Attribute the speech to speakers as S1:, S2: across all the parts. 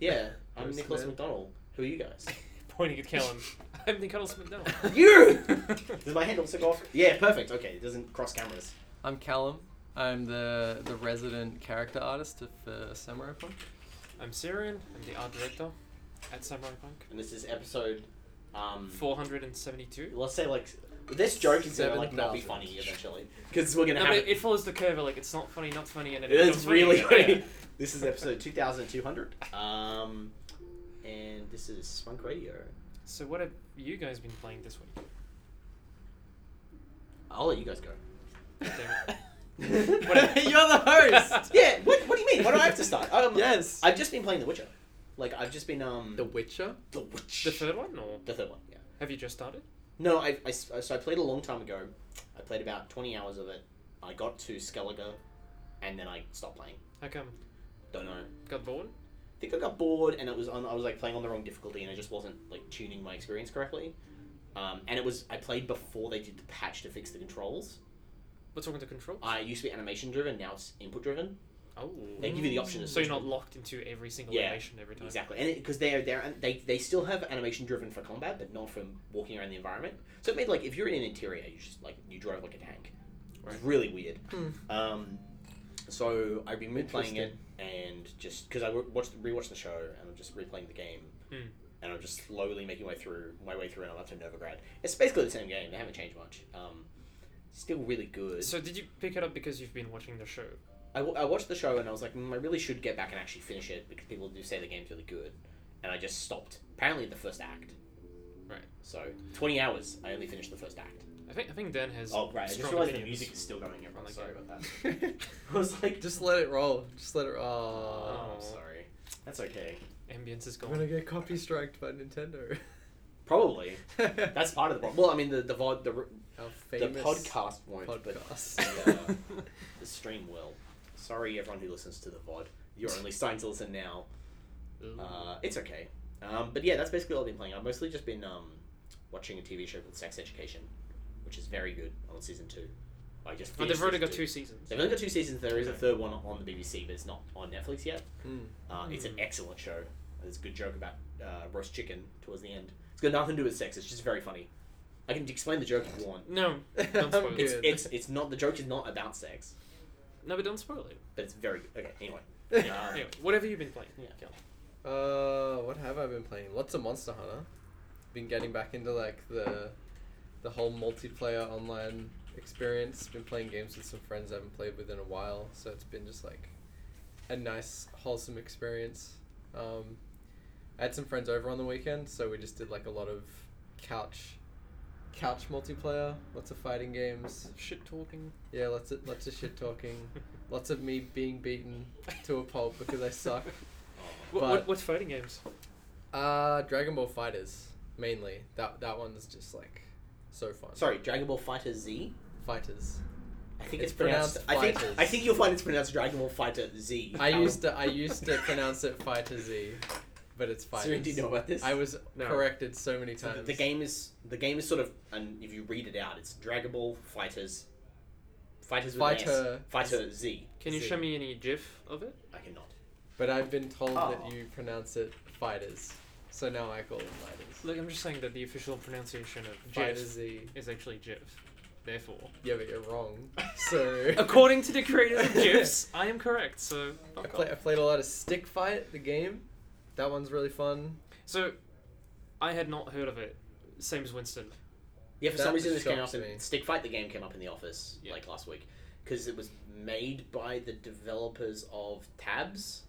S1: Yeah, I'm
S2: Chris
S1: Nicholas
S2: Smith.
S1: McDonald. Who are you guys?
S3: Pointing at Kellen. I'm Nicholas McDonald.
S1: you! Does my hand also go off? Yeah, perfect. Okay, it doesn't cross cameras.
S2: I'm Callum. I'm the the resident character artist for Samurai Punk.
S3: I'm Syrian. I'm the art director at Samurai Punk.
S1: And this is episode, um,
S3: 472.
S1: let's say like this joke is gonna like not be
S2: 7,000.
S1: funny eventually because we're gonna
S3: No,
S1: have
S3: but it, it follows the curve. Like it's not funny, not funny, and it
S1: It's
S3: becomes
S1: really
S3: funny.
S1: funny. this is episode 2200. Um, and this is Spunk Radio.
S3: So what have you guys been playing this week?
S1: I'll let you guys go.
S3: Damn
S2: Whatever. You're the host.
S1: yeah. What, what do you mean? Why do I have to start? Um,
S2: yes.
S1: I've just been playing The Witcher. Like I've just been um
S2: the Witcher.
S1: The Witch.
S3: The third one, or
S1: The third one. Yeah.
S3: have you just started?
S1: No, I, I s- so I played a long time ago. I played about 20 hours of it. I got to Skellige, and then I stopped playing.
S3: How come?
S1: Don't know.
S3: Got bored?
S1: I think I got bored, and it was on. I was like playing on the wrong difficulty, and I just wasn't like tuning my experience correctly. Um, and it was I played before they did the patch to fix the controls.
S3: What's wrong with the control?
S1: I it used to be animation driven, now it's input driven.
S3: Oh,
S1: They give you the option to
S3: So you're
S1: switch
S3: not locked into every single
S1: Yeah,
S3: animation every time.
S1: Exactly, and because they are there, they they still have animation driven for combat, but not from walking around the environment. So it made like if you're in an interior, you just like you drive like a tank.
S3: Right.
S1: It's really weird.
S2: Hmm.
S1: Um, so I've been replaying it and just because I wa- watched rewatched the show and I'm just replaying the game.
S3: Hmm.
S1: And I'm just slowly making my through my way through, and I'm up to Novigrad. It's basically the same game. They haven't changed much. Um, still really good.
S3: So did you pick it up because you've been watching the show?
S1: I, w- I watched the show and I was like, mm, I really should get back and actually finish it because people do say the game's really good. And I just stopped. Apparently, the first act.
S3: Right.
S1: So, 20 hours, I only finished the first act.
S3: I think I think Dan has.
S1: Oh, right. I just
S3: strong
S1: realized the
S3: opinions.
S1: music is still going. Everyone,
S3: Oh my
S1: sorry about that.
S2: Just
S1: I was like,
S2: let it roll. Just let it.
S1: oh,
S2: roll.
S3: Oh.
S1: sorry. That's okay.
S3: Ambience is
S2: I'm
S3: gone.
S2: gonna get copy striked by Nintendo.
S1: Probably.
S2: That's
S1: That's part of the problem. Well, I mean, the the, VOD, the, r-
S2: our
S1: the
S2: famous
S1: podcast won't, but
S2: podcast.
S1: the stream will. Sorry, everyone who listens to the VOD. You're only starting to listen now.
S3: Ooh.
S1: Uh, it's okay. Um, but yeah, that's basically all I've been playing. I've mostly just been um, watching a TV show called Sex Education, which is very good on season two. I just
S3: Oh,
S1: finished
S3: they've already
S1: season
S3: got two seasons.
S1: They've only got two seasons. There is a third one on the BBC, but it's not on Netflix yet.
S2: Mm.
S1: Uh, It's an
S3: Mm.
S1: excellent show. There's a good joke about uh, roast chicken towards the end. It's got nothing to do with sex. It's just very funny. I can explain the joke if you want.
S3: No,
S2: I'm
S3: don't spoil
S2: good.
S3: it.
S1: It's it's not the joke is not about sex,
S3: No, but don't spoil it.
S1: but it's very good. Okay, anyway.
S2: Yeah.
S1: Uh,
S3: Anyway, what have you been playing?
S1: Yeah.
S3: Kel?
S2: Uh, what have I been playing? Lots of Monster Hunter. Been getting back into like the the whole multiplayer online experience. Been playing games with some friends I haven't played with in a while, so it's been just like a nice wholesome experience. Um, I had some friends over on the weekend, so we just did like a lot of couch couch multiplayer. Lots of fighting games.
S3: Shit talking.
S2: Yeah, lots of lots of shit talking. Lots of me being beaten to a pulp because I suck. But-
S3: What, what, what's fighting games?
S2: Uh, Dragon Ball Fighters mainly. That that one's just like so fun.
S1: Sorry, Dragon Ball Fighter Z.
S2: Fighters.
S1: I think it's,
S2: It's
S1: pronounced.
S2: pronounced
S1: I think
S2: fighters.
S1: I think you'll find it's pronounced Dragon Ball Fighter Z.
S2: I
S1: Um,
S2: used to I used to pronounce it Fighter Z, but it's Fighters.
S1: Serene, do you know about this?
S2: I was
S3: No.
S2: corrected so many
S1: So the-
S2: times.
S1: the game is the game is sort of, and if you read it out, it's Dragon Ball Fighters, Fighters with an S,
S2: Fighter.
S1: Fighter Z.
S3: Can you
S2: Z.
S3: show me any GIF of it?
S1: I cannot.
S2: But I've been told
S1: Oh.
S2: that you pronounce it Fighters, so now I call it Fighters.
S3: Look, I'm just saying that the official pronunciation of
S2: Fighter
S3: GIF
S2: Z.
S3: is actually GIF. Therefore,
S2: Yeah, but you're wrong. So
S3: according to the creators of GIFs, I am correct. So,
S2: I, play, I played a lot of Stick Fight, the game. That one's really fun.
S3: so I had not heard of it. Same as Winston.
S1: Yeah, for
S2: That
S1: some reason this came up.
S2: shocked
S1: In,
S2: me.
S1: Stick Fight, the game came up in the office
S3: Yeah.
S1: like last week because it was made by the developers of Tabs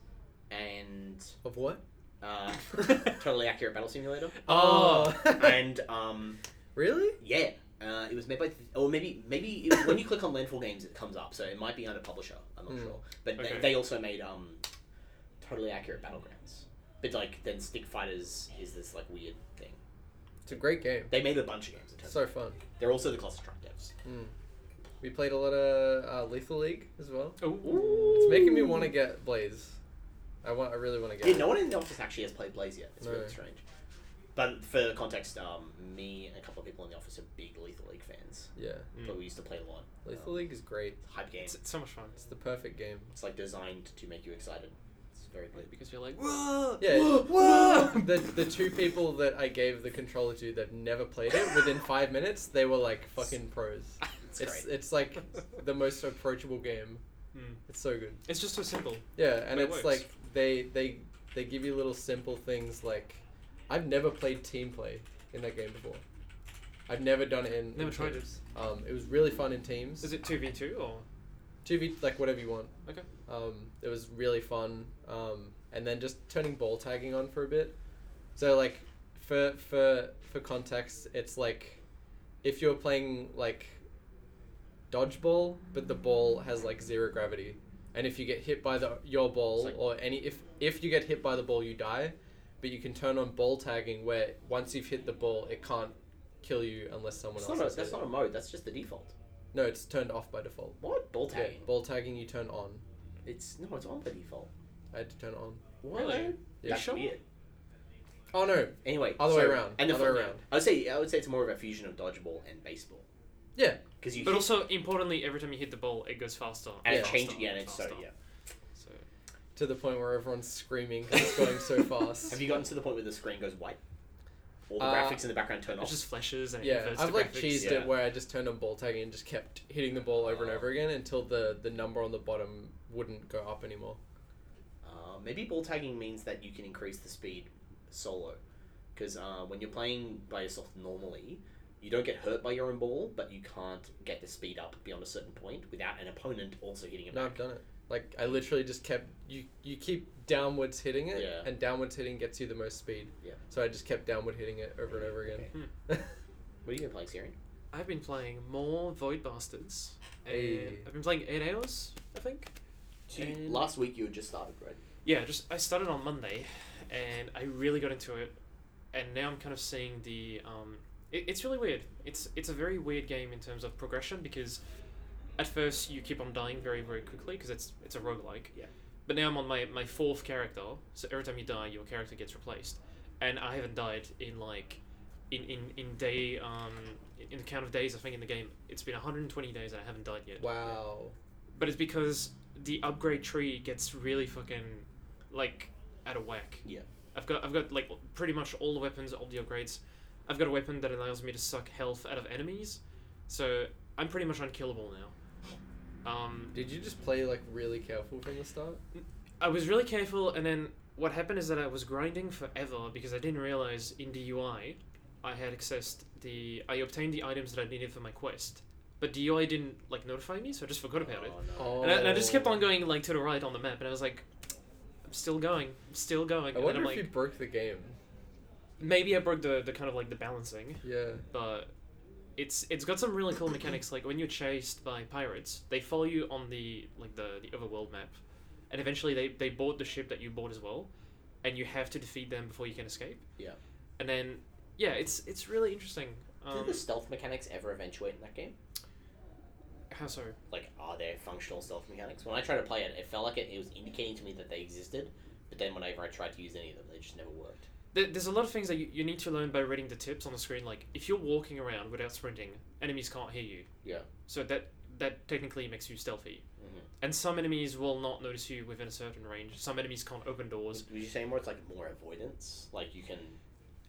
S1: and
S2: Of what?
S1: uh, Totally Accurate Battle Simulator,
S3: Oh.
S1: and um,
S2: really?
S1: Yeah, uh, it was made by, or maybe maybe it was, when you click on Landfall Games, it comes up. So it might be under publisher. I'm not
S2: Mm.
S1: sure, but
S3: Okay.
S1: they, they also made um, totally accurate battlegrounds. But like then Stick Fighters is this like weird thing.
S2: It's a great game.
S1: They made a bunch of games. In terms
S2: So fun.
S1: They're also the cluster truck devs.
S2: We played a lot of uh, Lethal League as well.
S3: Ooh.
S2: It's making me want to get Blaze. I want. I really want to get.
S1: Yeah,
S2: it.
S1: no one in the office actually has played Blaze yet. It's
S2: No.
S1: really strange. But for context, um, me and a couple of people in the office are big Lethal League fans.
S2: Yeah,
S3: Mm.
S1: But we used to play a lot.
S2: Hmm. Lethal League is great.
S1: It's a hype game.
S3: It's, it's so much fun.
S2: It's the perfect game.
S1: It's like designed to make you excited. It's very good.
S3: because you're like, whoa,
S2: Yeah.
S3: whoa, whoa.
S2: the the two people that I gave the controller to that never played it within five minutes, they were like fucking pros.
S1: It's,
S2: It's
S3: Hmm.
S2: it's, like the most approachable game.
S3: Mm.
S2: It's so good.
S3: It's just so simple.
S2: Yeah, and
S3: It
S2: it's
S3: works.
S2: like they they they give you little simple things like I've never played team play in that game before. I've never done it in
S3: Never
S2: in
S3: tried it.
S2: teams. Um, it was really fun in teams.
S3: Is it two v two or?
S2: Two v like whatever you want.
S3: Okay.
S2: Um, it was really fun. Um, and then just turning ball tagging on for a bit. So like for for for context, it's like if you're playing like dodgeball, but the ball has like zero gravity, and if you get hit by the your ball
S1: like-
S2: or any if if you get hit by the ball, you die. But you can turn on ball tagging where once you've hit the ball, it can't kill you unless someone
S1: It's
S2: else.
S1: not a,
S2: has
S1: that's
S2: hit it.
S1: not a mode. That's just the default.
S2: No, it's turned off by default.
S1: What ball
S2: Yeah,
S1: tagging?
S2: ball tagging you turn on.
S1: It's no, it's on by default.
S2: I had to turn it on.
S1: What?
S3: Really?
S2: Yeah.
S1: That's
S3: Sure.
S1: weird.
S2: Oh no!
S1: Anyway,
S2: Other way
S1: so-
S2: around,
S1: And the
S2: other
S1: fun-
S2: way around.
S1: I would say I would say it's more of a fusion of dodgeball and baseball.
S2: Yeah.
S1: Because you
S3: But
S1: hit-
S3: also importantly, every time you hit the ball, it goes faster.
S1: and it
S2: Yeah.
S1: changes.
S3: faster,
S1: Yeah, and it's so
S3: faster.
S1: yeah.
S3: So
S2: To the point where everyone's screaming because it's going so fast.
S1: Have you gotten to the point where the screen goes white? All the
S2: Uh,
S1: graphics in the background turn
S3: it
S1: off.
S3: just flashes and it
S2: Yeah,
S3: inverts
S2: I've
S3: the
S2: like
S3: graphics.
S2: cheesed
S1: yeah.
S2: it where I just turned on ball tagging and just kept hitting the ball over and over again until the the number on the bottom wouldn't go up anymore.
S1: Uh, maybe ball tagging means that you can increase the speed solo. Because uh, when you're playing by yourself normally, you don't get hurt by your own ball, but you can't get the speed up beyond a certain point without an opponent also hitting it
S2: No, I've
S1: back.
S2: done it. Like I literally just kept you you keep downwards hitting it,
S1: Yeah.
S2: and downwards hitting gets you the most speed.
S1: Yeah.
S2: So I just kept downward hitting it over and over again.
S1: Okay. What are you going to play, Syrian?
S3: I've been playing more Void Bastards. and
S2: Hey.
S3: I've been playing eight hours, I think. And-
S1: Last week you had just started, right?
S3: Yeah, just I started on Monday, and I really got into it, and now I'm kind of seeing the. Um, it, it's really weird. It's it's a very weird game in terms of progression because, at first you keep on dying very very quickly because it's it's a roguelike.
S1: Yeah.
S3: But now I'm on my my fourth character, so every time you die, your character gets replaced, and I haven't died in like, in in in day um in the count of days I think in the game it's been 120 days and I haven't died yet
S2: Wow.
S3: but it's because the upgrade tree gets really fucking like out of whack.
S1: Yeah.
S3: I've got I've got like pretty much all the weapons, all the upgrades. I've got a weapon that allows me to suck health out of enemies, so I'm pretty much unkillable now. Um,
S2: Did you just play like really careful from the start?
S3: I was really careful, and then what happened is that I was grinding forever because I didn't realize in the UI I had accessed the I obtained the items that I needed for my quest, but the UI didn't like notify me, so I just forgot about it.
S1: Oh,
S2: Oh.
S3: And I, and I just kept on going like to the right on the map, and I was like, I'm still going, I'm still going.
S2: I
S3: and then
S2: wonder
S3: I'm
S2: if
S3: like,
S2: you broke the game.
S3: maybe I broke the, the kind of like the balancing,
S2: Yeah.
S3: but it's it's got some really cool mechanics. Like when you're chased by pirates, they follow you on the like the the overworld map, and eventually they they board the ship that you board as well, and you have to defeat them before you can escape.
S1: Yeah.
S3: And then yeah, it's it's really interesting.
S1: no.
S3: Um,
S1: Did the stealth mechanics ever eventuate in that game?
S3: how so?
S1: Like, are there functional stealth mechanics? When I tried to play it, it felt like it, it was indicating to me that they existed, but then whenever I tried to use any of them, they just never worked.
S3: There, there's a lot of things that you, you need to learn by reading the tips on the screen. Like if you're walking around without sprinting, enemies can't hear you.
S1: Yeah.
S3: So that that technically makes you stealthy.
S1: Mhm.
S3: And some enemies will not notice you within a certain range. Some enemies can't open doors.
S1: Was, was you saying more? It's like more avoidance. Like you can.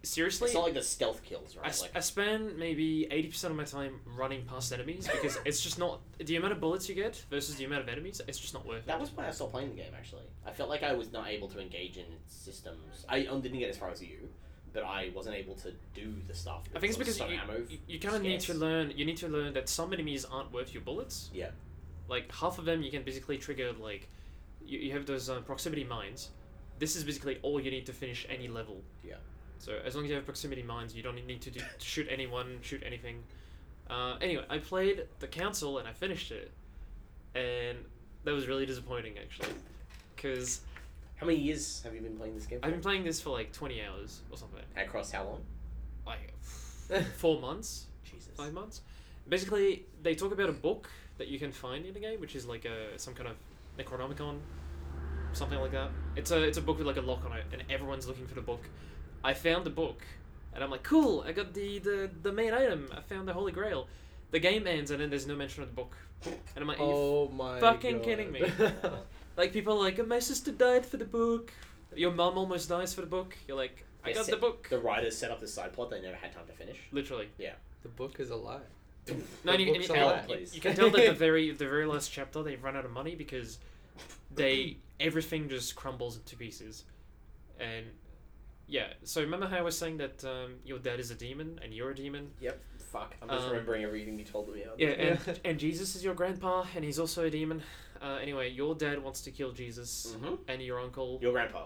S3: Seriously,
S1: It's not like the stealth kills, right?
S3: I, s-
S1: like
S3: I spend maybe eighty percent of my time running past enemies because it's just not the amount of bullets you get versus the amount of enemies. It's just not worth
S1: that
S3: it.
S1: was why I stopped playing the game. Actually, I felt like I was not able to engage in its systems. I um, didn't get as far as you, but I wasn't able to do the stuff.
S3: I think it's
S1: was
S3: because
S1: so
S3: you,
S1: ammo
S3: you, you kind of need to
S1: scarce.
S3: learn. You need to learn that some enemies aren't worth your bullets.
S1: Yeah.
S3: Like half of them, you can basically trigger like, you, you have those uh, proximity mines. This is basically all you need to finish any level.
S1: Yeah.
S3: So as long as you have proximity mines, you don't need to, do, to shoot anyone, shoot anything. Uh, anyway, I played the council and I finished it, and that was really disappointing actually, because
S1: How many years have you been playing this game?
S3: I've been playing this for like twenty hours or something,
S1: playing across how long?
S3: like four months.
S1: Jesus.
S3: five months. Basically, they talk about a book that you can find in the game, which is like a some kind of Necronomicon, something like that. It's a it's a book with like a lock on it, and everyone's looking for the book. I found the book, and I'm like, cool! I got the the, the main item. I found the Holy Grail. The game ends, and then there's no mention of the book, and I'm like, are you
S2: Oh my
S3: fucking
S2: God.
S3: kidding me? Like people are like, my sister died for the book. Your mum almost dies for the book. You're like, I
S1: Yes,
S3: got the
S1: it-
S3: book.
S1: The writers set up this side plot they never had time to finish.
S3: Literally.
S2: The book is a lie.
S3: No,
S2: The
S3: and you, and
S2: book's
S3: you,
S2: a
S3: and
S2: lie.
S3: you-
S1: Please.
S3: you can tell that the very the very last chapter they've run out of money because they everything just crumbles into pieces, and yeah. So remember how I was saying that um, your dad is a demon and you're a demon.
S1: Yep. Fuck. I'm just
S3: Um,
S1: remembering everything you told me. about
S3: Yeah,
S1: this.
S3: and,
S2: Yeah.
S3: and Jesus is your grandpa and he's also a demon. Uh, anyway, your dad wants to kill Jesus
S1: Mhm.
S3: and your uncle.
S1: Your grandpa.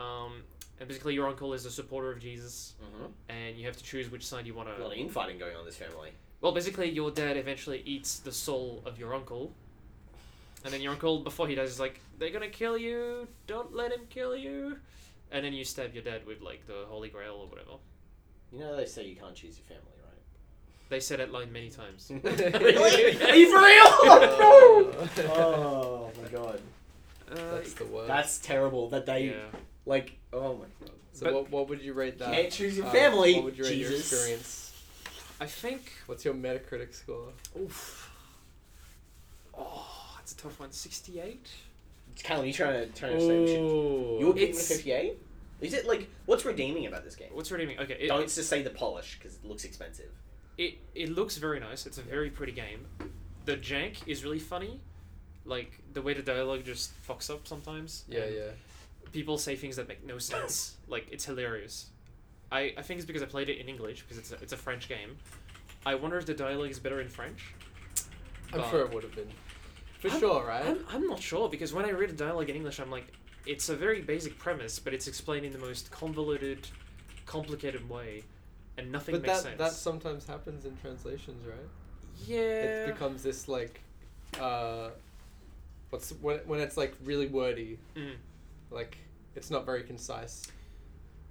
S3: Um, and basically your uncle is a supporter of Jesus
S1: Mm-hmm.
S3: and you have to choose which side you want
S1: A lot
S3: to.
S1: of infighting going on in this family.
S3: Well, basically your dad eventually eats the soul of your uncle. And then your uncle, before he dies, is like, they're gonna kill you. Don't let him kill you. And then you stab your dad with like the Holy Grail or whatever.
S1: You know they say you can't choose your family, right?
S3: They said that line many times.
S1: really? Are you for real? no. Oh my god.
S3: Uh,
S2: That's the word.
S1: That's terrible. That they
S3: yeah.
S1: like. Oh my god.
S2: so
S3: but-
S2: what, what would you rate that?
S1: Can't choose your
S2: Uh,
S1: family.
S2: What would you rate your
S1: Jesus.
S2: experience?
S3: I think
S2: What's your Metacritic score?
S3: Oof. Oh, that's a tough one. 68?
S1: Callum, you trying to trying to say shit? You're giving it
S3: Oh. It's-
S1: fifty eight. Is it like what's redeeming about this game?
S3: What's redeeming? Okay,
S1: Don't
S3: it,
S1: just say the polish because it looks expensive.
S3: it, it looks very nice. It's a very pretty game. The jank is really funny. Like, the way the dialogue just fucks up sometimes.
S2: Yeah,
S3: and
S2: yeah.
S3: People say things that make no sense. like, it's hilarious. I, I think it's because I played it in English, because it's a, it's a French game. I wonder if the dialogue is better in French.
S2: I'm
S3: But-
S2: sure it would have been. For
S3: I'm-
S2: sure, right?
S3: I'm, I'm not sure because when I read a dialogue in English, I'm like, it's a very basic premise, but it's explained in the most convoluted, complicated way, and nothing
S2: but
S3: makes
S2: that
S3: sense.
S2: that sometimes happens in translations, right?
S3: yeah.
S2: It becomes this like, uh, what's when when it's like really wordy,
S3: Mm.
S2: like it's not very concise.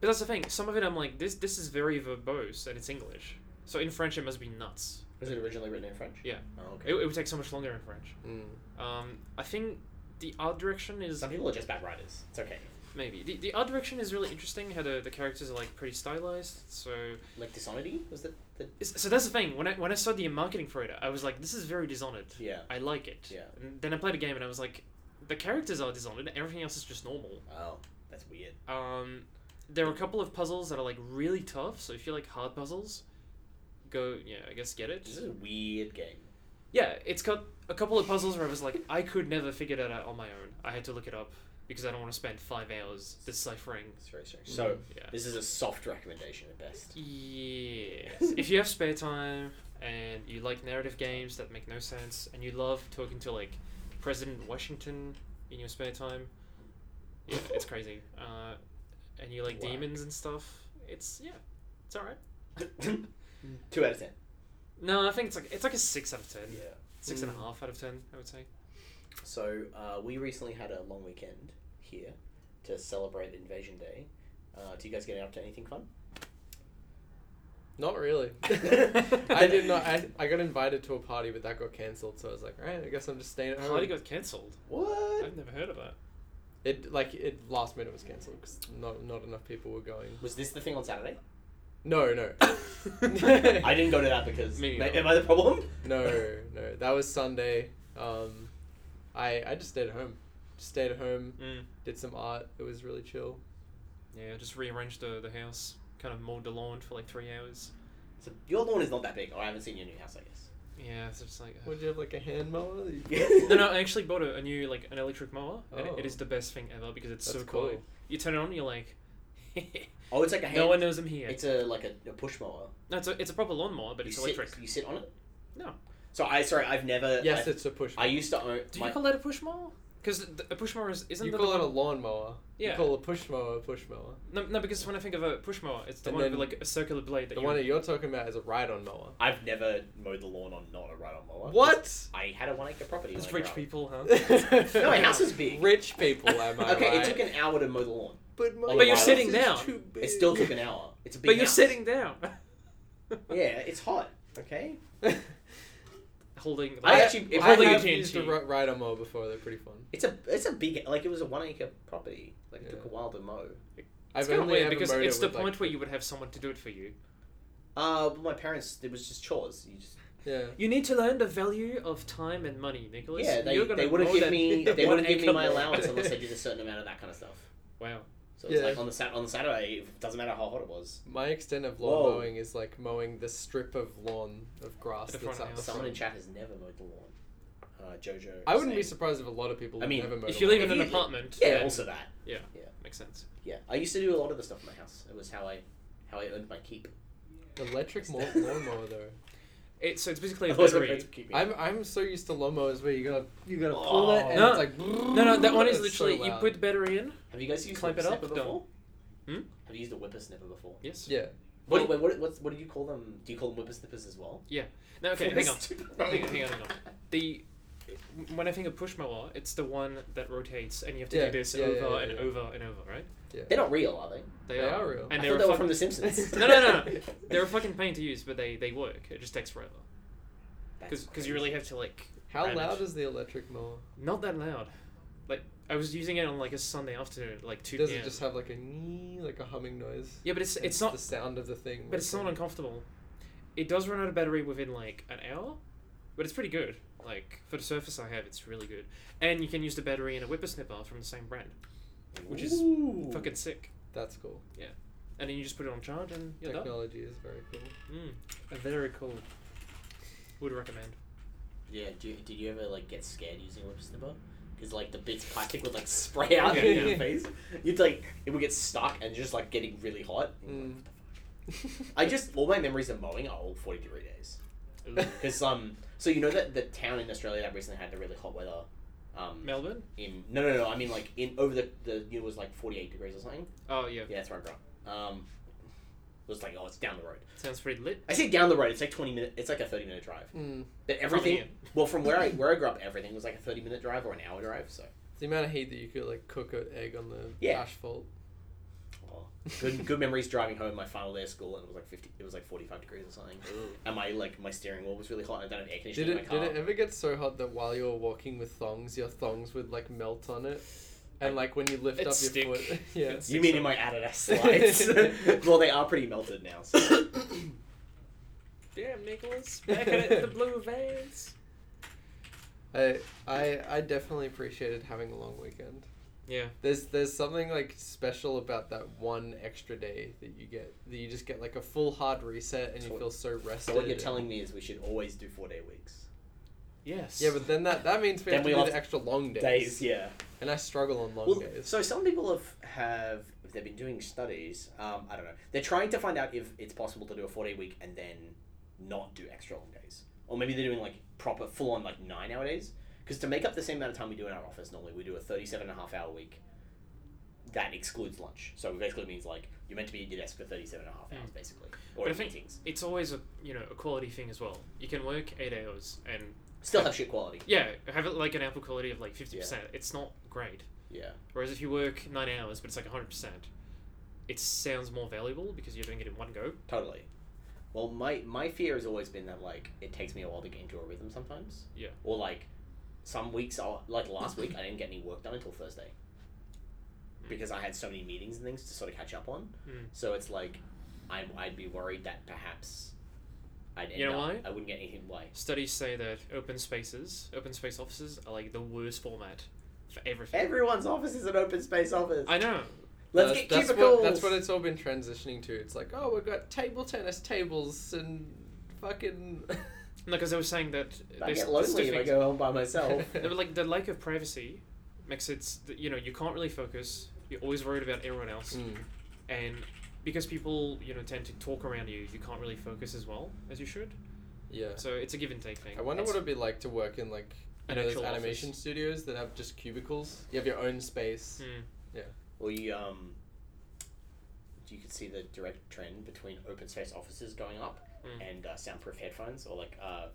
S3: But that's the thing. Some of it, I'm like, this this is very verbose, and it's English. So in French, it must be nuts.
S1: Was it originally written in French?
S3: Yeah.
S1: Oh, okay.
S3: It, it would take so much longer in French.
S2: Mm.
S3: Um, I think the art direction is
S1: Some people are just bad writers. It's okay.
S3: maybe the, the art direction is really interesting. How the, the characters are like pretty stylized. So
S1: Like Dishonesty was that the
S3: It's- So that's the thing. When I when I saw the marketing for it, I was like, "This is very Dishonored."
S1: yeah.
S3: I like it.
S1: Yeah.
S3: And then I played a game and I was like, "The characters are Dishonored. Everything else is just normal."
S1: Oh, that's weird.
S3: Um, there are a couple of puzzles that are like really tough. So if you like hard puzzles, go yeah, I guess get
S1: This
S3: it.
S1: is a weird game.
S3: Yeah, it's got a couple of puzzles where I was like, I could never figure that out on my own. I had to look it up because I don't want to spend five hours deciphering.
S1: It's very strange. So
S3: Yeah.
S1: this is a soft recommendation at best.
S3: Yes. if you have spare time and you like narrative games that make no sense and you love talking to like President Washington in your spare time, yeah, it's crazy. Uh, and you like
S1: Whack.
S3: demons and stuff, it's yeah, it's all right.
S1: Two out of ten.
S3: No, I think it's like it's like a six out of ten,
S1: Yeah.
S3: six and a
S2: Mm.
S3: half out of ten, I would say.
S1: So uh, we recently had a long weekend here to celebrate Invasion Day. Uh, do you guys get up to anything fun?
S2: Not really. I
S1: I
S2: did not. I, I got invited to a party, but that got cancelled. So I was like, all right, I guess I'm just staying at home.
S3: Party got cancelled.
S1: What
S3: I've never heard of that.
S2: It like it last minute was cancelled because not not enough people were going.
S1: was this the thing on Saturday?
S2: No, no,
S1: I didn't go to that because
S3: Me
S1: Ma-
S3: neither.
S1: am I the problem?
S2: no, no. That was Sunday. Um, I I just stayed at home. Just stayed at home.
S3: Mm.
S2: Did some art. It was really chill.
S3: Yeah, just rearranged the, the house, kind of mowed the lawn for like three hours.
S1: So your lawn is not that big. Oh, I haven't seen your new house, I guess.
S3: Yeah, it's just like. ugh.
S2: Would you have like a hand mower? that you-
S3: no, no, I actually bought a, a new like an electric mower, and it,
S2: Oh.
S3: it is the best thing ever because it's
S2: That's
S3: so cool.
S2: cool.
S3: You turn it on, and you're like,
S1: Oh, it's like a hand.
S3: no one knows I'm here.
S1: It's a like a, a push mower.
S3: no, it's a, it's a proper lawnmower, but
S1: you
S3: it's
S1: sit,
S3: electric.
S1: You sit on it.
S3: No.
S1: So I sorry, I've never.
S2: Yes,
S1: I,
S2: it's a push.
S1: I used to own.
S3: Do you
S1: My,
S3: call that a push mower? Because a push mower is isn't
S2: you
S3: that
S2: call
S3: the
S2: it a
S3: one-
S2: lawnmower.
S3: Yeah.
S2: You call a push mower a push mower.
S3: no, no, because when I think of a push mower, it's the
S2: And
S3: one
S2: then
S3: with like a circular blade that
S2: The
S3: you.
S2: one that you're talking about is a ride-on mower.
S1: I've never mowed the lawn on not a right on mower.
S2: What?
S1: I had a one acre property.
S3: it's
S1: when I
S3: rich
S1: grew up.
S3: people, huh?
S1: No, my
S2: my
S1: house is big.
S2: Rich people, am I
S1: okay,
S2: right?
S1: it took an hour to mow the lawn.
S2: But, my
S1: But you're
S2: house
S3: sitting
S2: is
S3: down.
S2: too
S1: It still
S2: big.
S1: took an hour. It's a big.
S3: but you're
S1: house.
S3: sitting down,
S1: Yeah, it's hot. Okay.
S3: holding. Like,
S1: I actually- if
S2: I
S3: holding
S1: only
S2: have
S3: a
S2: used a
S3: TNT.
S2: ri- rider mower before. They're pretty fun.
S1: It's a it's a big like it was a one acre property. Like it took a
S2: Yeah.
S1: while to mow.
S3: It's
S2: I've
S3: kind of
S2: only
S3: weird
S2: ever
S3: because
S2: mowed it
S3: it's the
S2: with,
S3: point
S2: like,
S3: where you would have someone to do it for you.
S1: Uh, but my parents it was just chores. You just
S2: Yeah.
S3: You need to learn the value of time and money, Nicholas.
S1: Yeah, they,
S3: You're gonna
S1: they wouldn't
S3: grow
S1: give
S3: that-
S1: me they
S3: one
S1: wouldn't give me
S3: acre
S1: my
S3: more.
S1: allowance unless I did a certain amount of that kind of stuff.
S3: Wow.
S1: So it's
S2: Yeah.
S1: like on the sat on the Saturday, it doesn't matter how hot it was.
S2: My extent of lawn
S1: Whoa.
S2: mowing is like mowing the strip of lawn of grass
S3: The
S2: that's
S3: front of
S2: up.
S3: the house.
S1: Someone in chat
S2: front.
S1: has never mowed the lawn. Uh, Jojo.
S2: I wouldn't be
S1: same.
S2: surprised if a lot of people
S1: I mean,
S2: never mowed
S3: If
S2: a
S3: you live in
S1: If
S3: an
S1: you-
S3: apartment,
S1: Yeah,
S3: then
S1: also that.
S3: makes sense.
S1: Yeah, I used to do a lot of the stuff in my house. It was how I how I earned my keep.
S2: lawn. electric mo- lawnmower though.
S3: It, so it's basically a
S1: I wasn't
S3: battery.
S1: meant to keep it.
S2: I'm I'm so used to lawnmowers where you gotta you gotta pull
S1: Oh.
S2: it and
S3: No.
S2: it's like
S3: No, no, that one is
S2: It's so
S3: literally you
S2: loud.
S3: put battery in.
S1: Have you guys used
S3: Clamp
S1: a
S3: it up,
S1: whippersnapper
S3: done.
S1: before?
S3: Hmm?
S1: Have you used a whippersnapper before?
S3: Yes.
S2: yeah.
S1: What,
S3: What do
S1: wait, what, what, what do you call them? Do you call them whippersnippers as well?
S3: No, okay, hang on.
S1: Stupid.
S3: Hang on, hang on, hang on. The when I think of push mower, it's the one that rotates, and you have to
S2: Yeah,
S3: do this
S2: yeah,
S3: over
S2: yeah, yeah,
S3: and
S2: yeah.
S3: over and over, right?
S1: They're not real, are they?
S2: They are real.
S3: And
S1: I
S3: they're
S1: thought
S3: a
S1: they were
S3: fuck-
S1: from The Simpsons.
S3: No, no, no, no. they're a fucking pain to use, but they they work. It just takes forever
S1: That's
S3: because you really have to like.
S2: How
S3: ram it.
S2: loud is the electric mower?
S3: Not that loud. Like I was using it on like a Sunday afternoon, like two
S2: Does
S3: p.m.
S2: it just have like a nee, like a humming noise?
S3: yeah, but it's
S2: And
S3: it's not
S2: the sound of the thing.
S3: But it's not
S2: working?
S3: uncomfortable. It does run out of battery within like an hour, but it's pretty good. Like for the surface I have, it's really good. And you can use the battery in a whippersnapper from the same brand,
S1: crazy.
S3: which is
S1: Ooh.
S3: fucking sick.
S2: That's cool.
S3: And then you just put it on charge and you're done.
S2: Technology is very cool.
S3: Mm, very cool. Would recommend.
S1: Yeah. Do, did you ever like get scared using a whippersnapper? Because like the bits of plastic would like spray out
S2: Yeah,
S1: in your
S2: yeah.
S1: face. You'd like it would get stuck and just like getting really hot.
S3: Hmm.
S2: Mm.
S1: I just all my memories of mowing are all forty degree days.
S3: Ooh.
S1: Because um, so you know that the town in Australia that recently had the really hot weather. Um,
S3: Melbourne?
S1: in no no no I mean like in over the the you know, it was like forty eight degrees or something.
S3: Oh yeah.
S1: Yeah, that's right, bro. Um, it was like oh it's down the road.
S3: Sounds pretty lit.
S1: I say down the road. It's like twenty minute. It's like a thirty minute drive.
S2: Mm.
S1: But everything.
S3: Coming in.
S1: Well, from where I where I grew up, everything was like a thirty minute drive or an hour drive. So
S2: The amount of heat that you could like cook an egg on the
S1: Yeah.
S2: asphalt.
S1: oh, good good memories driving home my final day of school and it was like fifty. It was like forty five degrees or something. And my like my steering wheel was really hot. and I don't have air
S2: Did
S1: conditioning in my
S2: it
S1: car.
S2: did it ever get so hot that while you were walking with thongs, your thongs would like melt on it, and like when you lift
S3: It'd
S2: up
S3: stick.
S2: your foot, yeah.
S3: It'd
S1: you mean in my Adidas slides? well, they are pretty melted now. So.
S3: Damn, Nicholas, back at it, with the blue veins.
S2: I I I definitely appreciated having a long weekend.
S3: Yeah.
S2: There's there's something like special about that one extra day that you get that you just get like a full hard reset and
S1: So
S2: you
S1: what-
S2: feel so rested.
S1: So what you're telling me is we should always do four day weeks.
S3: Yes.
S2: Yeah, but then that that means we
S1: Then
S2: have to
S1: we
S2: do
S1: have
S2: the extra long days.
S1: Days, yeah.
S2: And I struggle on long
S1: Well,
S2: days.
S1: so some people have have if they've been doing studies. Um, I don't know. They're trying to find out if it's possible to do a four day week and then not do extra long days, or maybe they're doing like proper full on like nine hour days. Because to make up the same amount of time we do in our office, normally we do a 37 and a half hour week. That excludes lunch, so it basically means like you're meant to be at your desk for 37 and a half hours, basically, or
S3: But I
S1: in
S3: think-
S1: meetings.
S3: it's always a you know a quality thing as well. You can work eight hours and
S1: Still have shit quality.
S3: yeah, have it like an output quality of like fifty percent. It's not great.
S1: Yeah.
S3: Whereas if you work nine hours but it's like hundred percent, it sounds more valuable because you're doing it in one go.
S1: Totally. Well, my my fear has always been that like it takes me a while to get into a rhythm sometimes.
S3: Yeah.
S1: Or like some weeks, I'll- like last week, I didn't get any work done until Thursday
S3: Mm.
S1: because I had so many meetings and things to sort of catch up on.
S3: Mm.
S1: So it's like I I'd be worried that perhaps I'd end
S3: You
S1: up,
S3: know why?
S1: I wouldn't get anything away.
S3: Studies say that open spaces, open space offices, are like the worst format for everything.
S1: Everyone's office is an open space office.
S3: I know.
S1: Let's
S2: that's,
S1: get
S2: that's
S1: cubicles.
S2: What, that's what it's all been transitioning to. It's like, oh, we've got table tennis tables and fucking.
S3: No, because they were saying that
S1: I
S3: there's
S1: get
S3: there's two
S1: lonely if I
S3: things.
S1: go home by myself.
S3: No, but, like the lack of privacy makes it s- that, you know you can't really focus. You're always worried about everyone else.
S2: Mm.
S3: and because people you know tend to talk around you you can't really focus as well as you should
S2: Yeah.
S3: so it's a give and take thing
S2: I wonder what
S3: It's-
S2: it'd be like to work in like you
S3: An
S2: know those
S3: actual office.
S2: animation studios that have just cubicles. You have your own space.
S3: Hmm.
S1: Well, you um, you could see the direct trend between open space offices going up
S3: Mm.
S1: and uh, soundproof headphones, or like uh,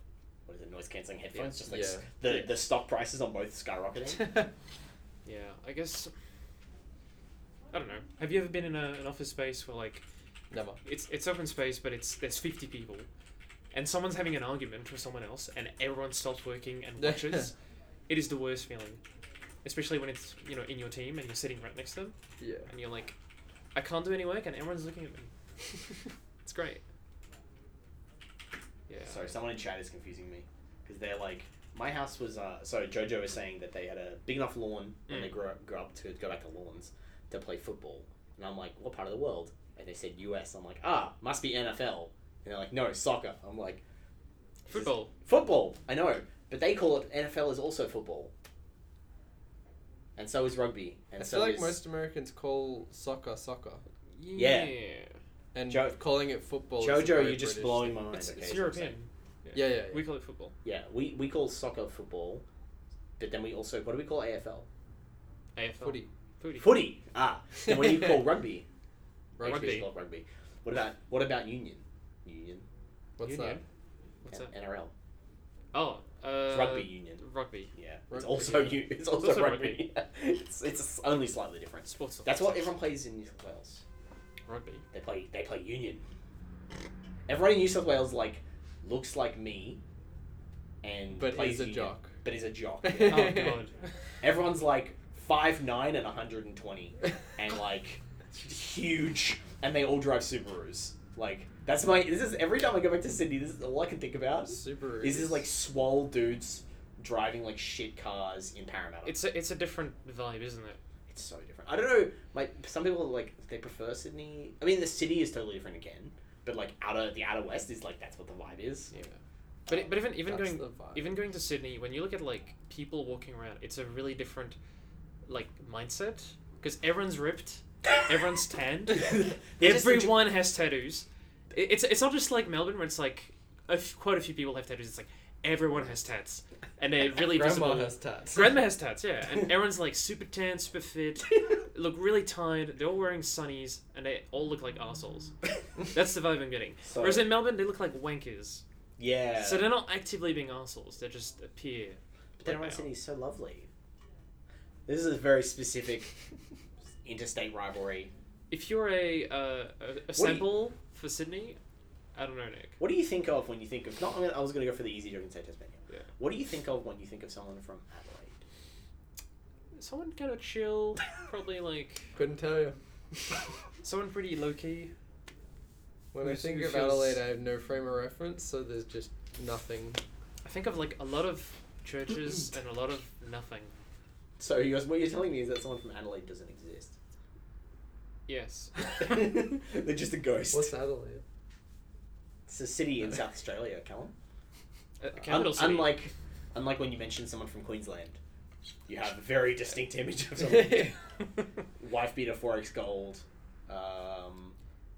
S1: what is it, noise canceling headphones? Just like
S2: Yeah.
S1: s- the the stock prices on both skyrocketing.
S3: yeah i guess i don't know have you ever been in a, an office space where like
S2: Never.
S3: it's it's open space but it's there's 50 people and someone's having an argument with someone else and everyone stops working and watches it is the worst feeling especially when it's you know in your team and you're sitting right next to them
S2: Yeah.
S3: and you're like i can't do any work and everyone's looking at me it's great Yeah.
S1: Sorry, someone in chat is confusing me because they're like, my house was. Uh, so JoJo was saying that they had a big enough lawn when they
S3: Mm.
S1: grew up, grew up to go back to lawns to play football, and I'm like, what part of the world? And they said U.S. I'm like, ah, must be NFL. And they're like, no, soccer. I'm like, this is-
S3: Football.
S1: football. I know, but they call it NFL is also football, and so is rugby, and
S2: I
S1: so
S2: feel like
S1: is
S2: most Americans call soccer soccer,
S1: Yeah.
S2: and
S1: Jo-
S2: calling it football. is a
S1: JoJo. You're
S2: very
S1: just
S2: British
S1: blowing
S2: thing.
S1: my mind.
S3: It's,
S1: okay,
S3: it's
S1: so I'm
S3: European.
S1: saying-
S2: Yeah, yeah, yeah.
S3: We call it football.
S1: Yeah, we we call soccer football, but then we also what do we call AFL?
S3: AFL.
S2: Footy,
S3: Footy.
S1: Footy. Ah, then what do you call rugby?
S2: rugby.
S1: Actually, it's called rugby. What about what about union? Union.
S2: What's
S3: Union.
S2: that?
S3: What's
S1: N-
S3: that?
S1: NRL.
S3: Oh. Uh,
S1: It's rugby union.
S3: Rugby.
S1: Yeah. It's
S2: Rugby,
S1: also
S2: yeah.
S1: u- it's also,
S3: also
S1: rugby. it's it's only slightly different.
S3: Sports.
S1: That's what everyone plays in New South Wales.
S3: Rugby.
S1: They play they play union. Everyone in New South Wales like looks like me, and
S2: But
S1: plays
S2: he's a
S1: union,
S2: jock.
S1: But is a jock.
S3: Oh
S1: yeah.
S3: god.
S1: Everyone's like five nine and hundred and twenty. and like huge, and they all drive Subarus. Like that's my. This is every time I go back to Sydney. This is all I can think about.
S2: Subaru.
S1: Is this like swole dudes driving like shit cars in Parramatta?
S3: It's a it's a different vibe, isn't it?
S1: It's so different. I don't know. My some people like they prefer Sydney. I mean, the city is totally different again. But like outer the outer west is like that's what the vibe is.
S2: Yeah.
S3: But it, but even even
S2: That's
S3: going
S2: the vibe.
S3: even going to Sydney, when you look at like people walking around, it's a really different like mindset because everyone's ripped, everyone's tanned,
S1: They're just enjo-
S3: everyone has tattoos. It, it's it's not just like Melbourne where it's like a f- quite a few people have tattoos. It's like everyone has tats, and they're really
S2: Grandma
S3: visible.
S2: has tats.
S3: Grandma has tats, yeah, and everyone's like super tan, super fit, look really tired. They're all wearing sunnies, and they all look like assholes. That's the vibe I'm getting.
S1: So-
S3: Whereas in Melbourne, they look like wankers.
S1: yeah.
S3: So they're not actively being assholes. They just appear.
S1: but then
S3: like
S1: around
S3: they are.
S1: Sydney is so lovely. This is a very specific interstate rivalry.
S3: If you're a uh, a, a sample for Sydney, I don't know, Nick.
S1: What do you think of when you think of not? I, mean, I was going to go for the easy joke and say Tasmania.
S3: Yeah.
S1: What do you think of when you think of someone from Adelaide?
S3: Someone kind of chill, probably like
S2: Couldn't tell you.
S3: someone pretty low key.
S2: When I
S3: Who's-
S2: think
S3: who
S2: of
S3: feels-
S2: Adelaide, I have no frame of reference, so there's just nothing.
S3: I think of like a lot of churches and a lot of nothing.
S1: So you guys, what you're telling me is that someone from Adelaide doesn't exist.
S3: Yes. Uh,
S1: They're just a ghost.
S2: What's Adelaide?
S1: It's a city in South Australia, Callum.
S3: A capital
S1: Un-
S3: city.
S1: Unlike, unlike when you mention someone from Queensland, you have a very distinct image of someone. Wife beater, four X gold, um,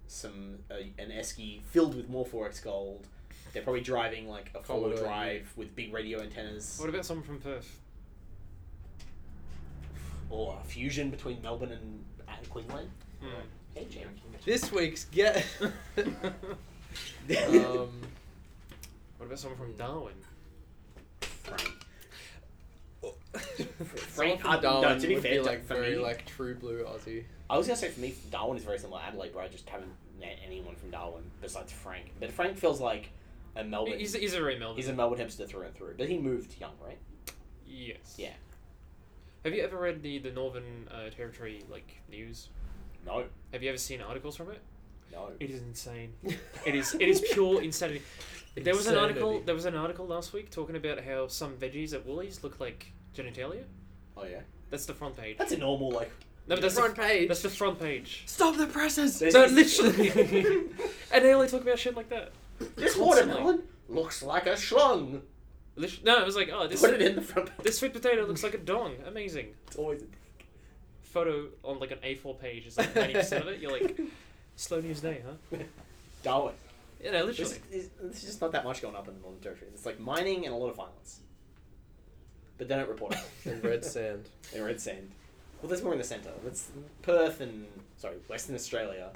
S1: some uh, an esky filled with more four X gold. They're probably driving like a four-wheel
S2: Commodore, yeah.
S1: drive with big radio antennas.
S3: what about someone from Perth?
S1: or a fusion between Melbourne and and Queensland.
S3: Hmm.
S1: Hey, Jim.
S2: This week's get.
S1: um,
S2: um,
S3: What about someone from Darwin?
S1: Frank.
S2: someone from
S1: uh, no,
S2: Darwin
S1: to be
S2: would
S1: fair,
S2: be
S1: to-
S2: like
S1: for
S2: very
S1: me-
S2: like true blue Aussie.
S1: I was gonna say for me, Darwin is very similar to Adelaide, where I just haven't met anyone from Darwin besides Frank. But Frank feels like a Melbourne.
S3: He's, he's a very Melbourne.
S1: He's a Melbourne hipster through and through, but he moved young, right?
S3: Yes.
S1: Yeah.
S3: Have you ever read the the Northern uh, Territory like news?
S1: No,
S3: Have you ever seen articles from it?
S1: no.
S3: It is insane. It is it is pure insanity. There was an article.
S2: Insanity.
S3: There was an article last week talking about how some veggies at Woolies look like genitalia.
S1: Oh yeah,
S3: That's the front page.
S1: that's a normal like.
S3: No, but that's
S2: front
S3: the,
S2: page.
S3: That's the front page.
S2: Stop the presses.
S1: They-
S3: So literally, and they only talk about shit like that.
S1: this
S3: Constantly.
S1: watermelon looks like a schlong.
S3: Lit- No, it was like, oh, this
S1: Put it in the front.
S3: this sweet potato looks like a dong. Amazing.
S1: It's always. A
S3: Photo on like an A4 page is like ninety percent of it. You're like, slow news day, huh?
S1: Darwin.
S3: Yeah, no,
S1: There's,
S3: literally.
S1: there's there's just not that much going up in the Northern Territory. It's like mining and a lot of violence. But they don't report it.
S2: And red sand.
S1: in red sand. Well, there's more in the centre. That's Perth and sorry, Western Australia,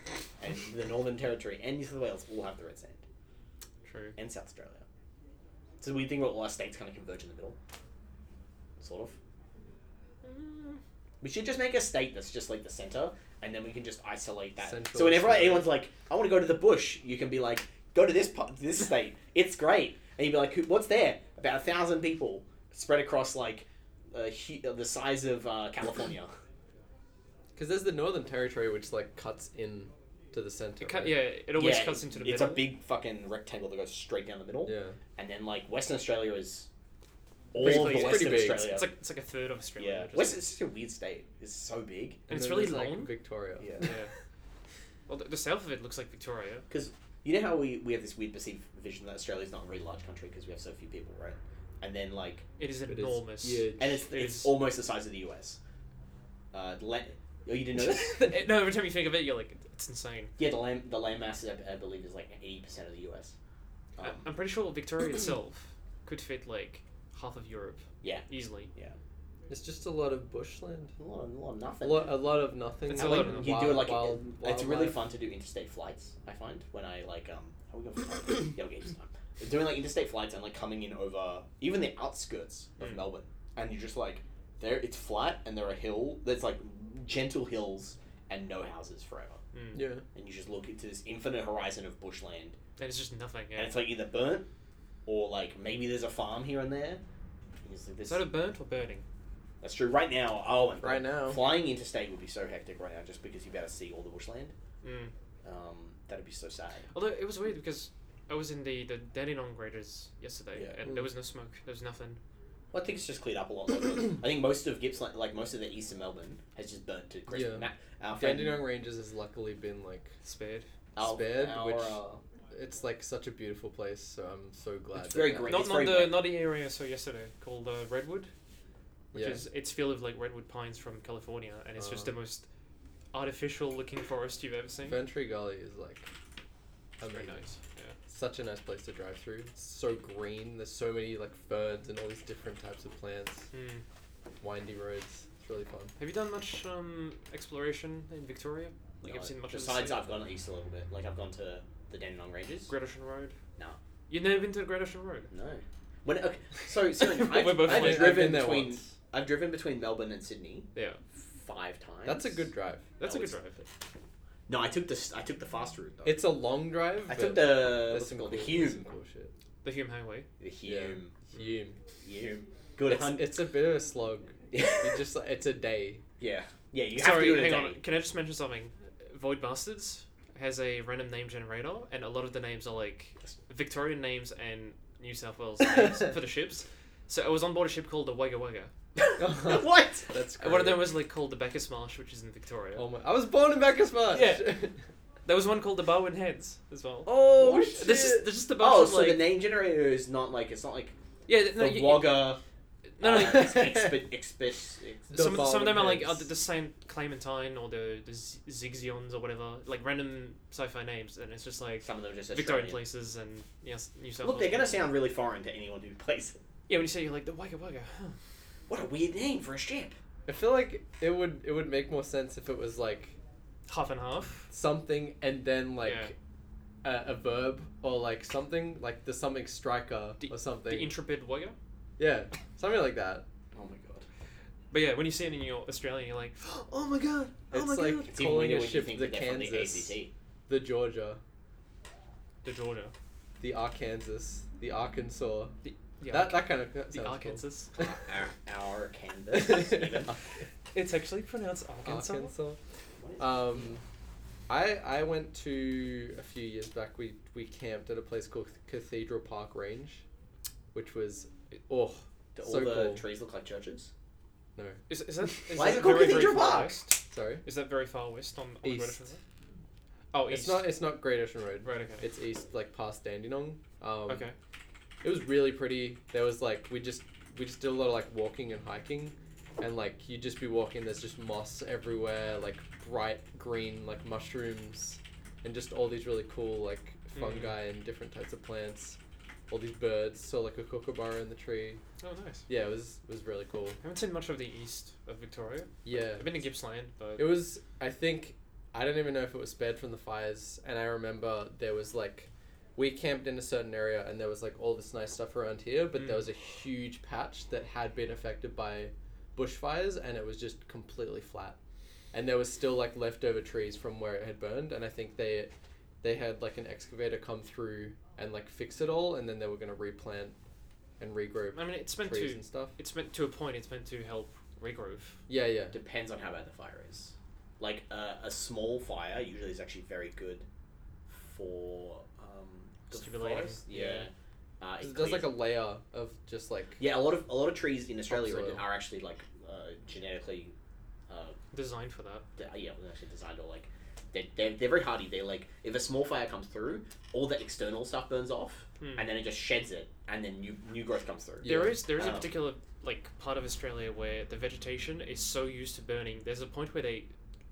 S1: and the Northern Territory and New South Wales all have the red sand,
S3: True.
S1: and South Australia. So we think about all our states kind of converge in the middle, sort of.
S3: Mm,
S1: We should just make a state that's just like the centre, and then we can just isolate that.
S2: Central
S1: so whenever
S2: Australia.
S1: anyone's like, "I want to go to the bush," you can be like, "Go to this part, this state. It's great." And you'd be like, "Who- "What's there?" About a thousand people spread across like uh, hu- uh, the size of uh, California.
S2: Because there's the Northern Territory, which like cuts in to to the center.
S3: It cut,
S2: right?
S3: yeah, it always
S1: Yeah,
S3: cuts into the
S1: it's
S3: middle.
S1: a big fucking rectangle that goes straight down the middle,
S2: Yeah.
S1: and then like Western Australia is all
S3: Basically,
S1: of
S3: it's
S1: the West
S3: pretty
S1: of
S2: big.
S1: Australia.
S3: It's like it's like a third of Australia.
S1: yeah,
S3: just-
S1: West is such a weird state. It's so big.
S3: And it's
S2: then
S3: really
S2: there's,
S3: long.
S2: Like Victoria.
S1: Yeah.
S3: yeah. Well, the, the south of it looks like Victoria.
S1: You know how we, we have this weird perceived vision that Australia's not a really large country because we have so few people, right? And then like
S3: It is
S2: It is
S3: enormous.
S2: huge.
S1: and it's
S3: It
S1: it's
S3: is-
S1: almost the size of the US. Uh, the land, oh, you didn't know this?
S3: Uh, no, every time you think of it, you're like, it's insane.
S1: yeah, the land the land mass I, I believe is like eighty percent of the US. Um,
S3: I, I'm pretty sure Victoria itself could fit like half of Europe.
S1: Yeah.
S3: Easily.
S2: It's just a lot of bushland.
S1: a, lot of, a lot of
S2: A
S1: nothing.
S2: lot, a lot of nothing.
S3: It's
S1: I
S3: a
S1: like-
S3: lot of
S1: you do it like
S2: wild-
S1: it's really
S2: wildlife.
S1: fun to do interstate flights. I find when I like um how we go for time? yeah, we gave time. Doing like interstate flights and like coming in over even the outskirts of
S3: Mm.
S1: Melbourne, and you're just like there. It's flat and there are hill. There's like gentle hills and no houses forever,
S3: Mm.
S2: Yeah.
S1: and you just look into this infinite horizon of bushland,
S3: And it's just nothing.
S1: and
S3: Yeah.
S1: it's like either burnt or like maybe there's a farm here and there. And it's like
S3: Is
S1: this,
S3: that a burnt or burning?
S1: that's true. Right now, oh, and
S2: Right now.
S1: flying interstate would be so hectic right now just because you better see all the bushland.
S3: Mm.
S1: Um, that'd be so sad.
S3: Although it was weird because I was in the the Dandenong graders yesterday,
S1: Yeah.
S3: and there was no smoke. There was nothing.
S1: Well, I think it's just cleared up a lot. lately. I think most of Gippsland, like most of the east of Melbourne, has just burnt to crisp.
S2: Yeah.
S1: Ma- our friend,
S2: Dandenong Ranges has luckily been like
S3: Spared.
S1: our,
S2: spared,
S1: our,
S2: which-
S1: uh,
S2: it's like such a beautiful place. So I'm so glad.
S1: It's
S2: that
S1: very
S2: that
S1: green.
S2: happened.
S3: Not
S1: it's
S3: not
S1: very
S3: the
S1: wet.
S3: not the area I saw yesterday called uh, Redwood, which
S2: Yeah.
S3: is it's filled with like redwood pines from California, and it's just
S2: Uh.
S1: Oh.
S3: the most artificial looking forest you've ever seen.
S2: Ventry Gully is like
S3: It's very
S2: amazing.
S3: nice. Yeah.
S2: Such a nice place to drive through. It's so green. There's so many like ferns and all these different types of plants.
S3: Mm.
S2: Windy roads. It's really fun.
S3: Have you done much um, exploration in Victoria? Like,
S1: no,
S3: I've seen much of the
S1: besides,
S3: sea.
S1: uh, I've gone east a little bit. Like I've gone to the Dandenong Ranges.
S3: Great Ocean Road?
S1: No.
S3: You've never been to Great Ocean Road?
S1: No. When okay, so so I've,
S3: We're both
S1: I've
S3: like-
S1: driven
S2: been there
S1: between
S2: once.
S1: I've driven between Melbourne and Sydney
S3: Yeah.
S1: five times.
S2: That's a good drive.
S3: That's
S1: No,
S3: a good
S1: it's-
S3: drive.
S1: No, I took the s- I took the fast route though.
S2: It's a long drive.
S1: I
S2: but
S1: took the
S2: there's
S1: what's it
S2: some
S1: called the
S2: cool- there's
S1: Hume
S2: some cool shit.
S3: The Hume Highway.
S1: the
S2: Yeah.
S1: Hume
S2: Hume.
S1: Hume good
S2: It's,
S1: hun-
S2: it's a bit of a slog. It's just like it's a day.
S1: yeah yeah you have
S3: Sorry,
S1: to do it a
S3: hang
S1: day.
S3: on. Can I just mention something? Void Bastards has a random name generator, and a lot of the names are like Victorian names and New South Wales names for the ships. So I was on board a ship called the Wagga Wagga.
S1: what?
S2: That's
S3: And
S2: great.
S3: one of them was like called the Bacchus Marsh, which is in Victoria.
S2: Oh my! I was born in Bacchusmarsh.
S3: Yeah. There was one called the Bowen Heads as well.
S2: oh
S1: What?
S2: shit!
S3: This is there's just a bunch
S1: Oh,
S3: of
S1: so
S3: like
S1: the name generator is not like it's not like
S3: yeah no
S1: the
S3: you-
S1: Wagga.
S3: no,
S1: uh,
S3: no,
S1: ex- expi- expis- ex-
S2: The
S3: some, some of them are like
S2: Bowen
S3: are
S2: Heads.
S3: the same Clementine or the, the Z- Zigzions or whatever, like random sci-fi names, and it's just like
S1: Some of them are just
S3: Victorian
S1: Australian.
S3: places and yes, New South
S1: Look, they're
S3: Wales.
S1: gonna sound really foreign to anyone who plays it.
S3: Yeah, when you say you're like the Wagga Wagga, huh.
S1: What a weird name for a ship.
S2: I feel like it would it would make more sense if it was like
S3: half and half.
S2: something and then like a, a verb or like something like the something striker
S3: The-
S2: or something.
S3: The intrepid Wagga.
S2: yeah, something like that.
S1: Oh my god.
S3: But yeah, when you see it in your Australian, you're like, oh my god, oh
S2: It's
S3: my
S2: like-
S3: god,
S1: It's even
S2: Calling
S1: weirder
S2: a
S1: when you
S2: ship
S1: think
S2: the
S1: that they're from the
S2: Kansas.
S1: ACT.
S2: The Georgia,
S3: the Georgia,
S2: the Arkansas, the Arkansas.
S3: the,
S2: that
S3: Ark-
S2: that kind of that
S3: the Arkansas.
S2: Cool.
S1: Our, our Kansas. even.
S3: It's actually pronounced Arkansas.
S2: Arkansas.
S1: What is-
S2: Um, I I went to a few years back. We we camped at a place called Cathedral Park Range, which was oh
S1: Do all
S2: so
S1: the
S2: cool.
S1: trees look like churches?
S2: no
S3: Is, is that is
S1: Why is
S3: that
S1: it called
S3: very, very
S1: Cathedral
S3: far
S1: Park?
S3: west?
S2: sorry.
S3: Is that very far west on, on the Great
S2: East.
S3: Ocean Road? Oh, east.
S2: It's not it's not Great Ocean Road.
S3: Right. Okay.
S2: It's east like past Dandenong. Um,
S3: okay.
S2: It was really pretty. There was like we just we just did a lot of like walking and hiking, and like you would just be walking. There's just moss everywhere, like bright green like mushrooms, and just all these really cool like
S3: Mhm.
S2: fungi and different types of plants. All these birds. Saw like a kookaburra in the tree.
S3: Oh, nice.
S2: Yeah, it was it was really cool.
S3: I haven't seen much of the east of Victoria.
S2: Yeah.
S3: I've been to Gippsland, but
S2: It was, I think, I don't even know if it was spared from the fires. And I remember there was like, we camped in a certain area and there was like all this nice stuff around here, but there
S3: Mm.
S2: was a huge patch that had been affected by bushfires and it was just completely flat. And there was still like leftover trees from where it had burned. And I think they, they had like an excavator come through and like fix it all. And then they were going to replant and regrow
S3: I mean, it's meant
S2: trees
S3: to.
S2: and stuff.
S3: It's meant to a point. It's meant to help regrowth.
S2: Yeah, yeah.
S1: Depends on how bad the fire is. like a, a small fire usually is actually very good for um, the
S3: Stimulating,
S1: forest. Yeah,
S3: yeah.
S1: Uh, it
S2: It does like
S1: clears-
S2: a layer of just like
S1: yeah. A lot of a lot of trees in Australia are,
S2: Topsoil.
S1: are actually like uh, genetically. Uh,
S3: Designed for that.
S1: de- yeah, well, actually designed or like they're, they're, they're very hardy. They're like if a small fire comes through, all the external stuff burns off,
S3: Hmm.
S1: and then it just sheds it, and then new new growth comes through.
S2: Yeah.
S3: There is there is a
S1: Oh.
S3: particular like part of Australia where the vegetation is so used to burning. There's a point where they,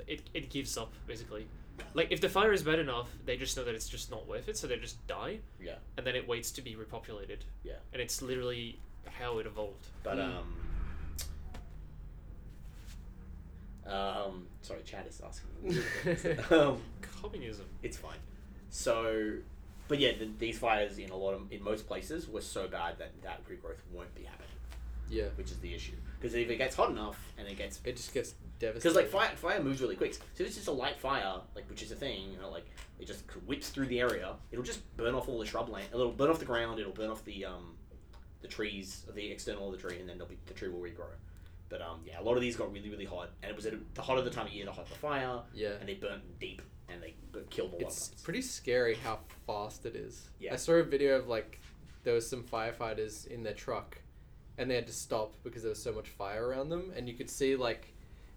S3: it, it gives up basically. Like if the fire is bad enough, they just know that it's just not worth it, so they just die.
S1: Yeah.
S3: And then it waits to be repopulated.
S1: Yeah.
S3: And it's literally how it evolved.
S1: But
S2: Mm.
S1: um. Um, sorry, Chad is asking. um,
S3: Communism.
S1: it's fine. So, but yeah, the, these fires in a lot of in most places were so bad that that regrowth won't be happening,
S2: yeah.
S1: which is the issue. Because if it gets hot enough and it gets
S2: It just gets devastated.
S1: because like fire, fire moves really quick. So if it's just a light fire, like which is a thing, you know, like it just whips through the area. It'll just burn off all the shrubland. It'll burn off the ground. It'll burn off the um, the trees, the external of the tree, and then they'll be, the tree will regrow. But um, yeah, a lot of these got really really hot, and it was at a, the hotter the time of year, the hotter the fire,
S2: yeah.
S1: and they burnt deep and they b- killed all
S2: It's
S1: the plants.
S2: pretty scary how fast it is.
S1: Yeah.
S2: I saw a video of like there was some firefighters in their truck and they had to stop because there was so much fire around them and you could see like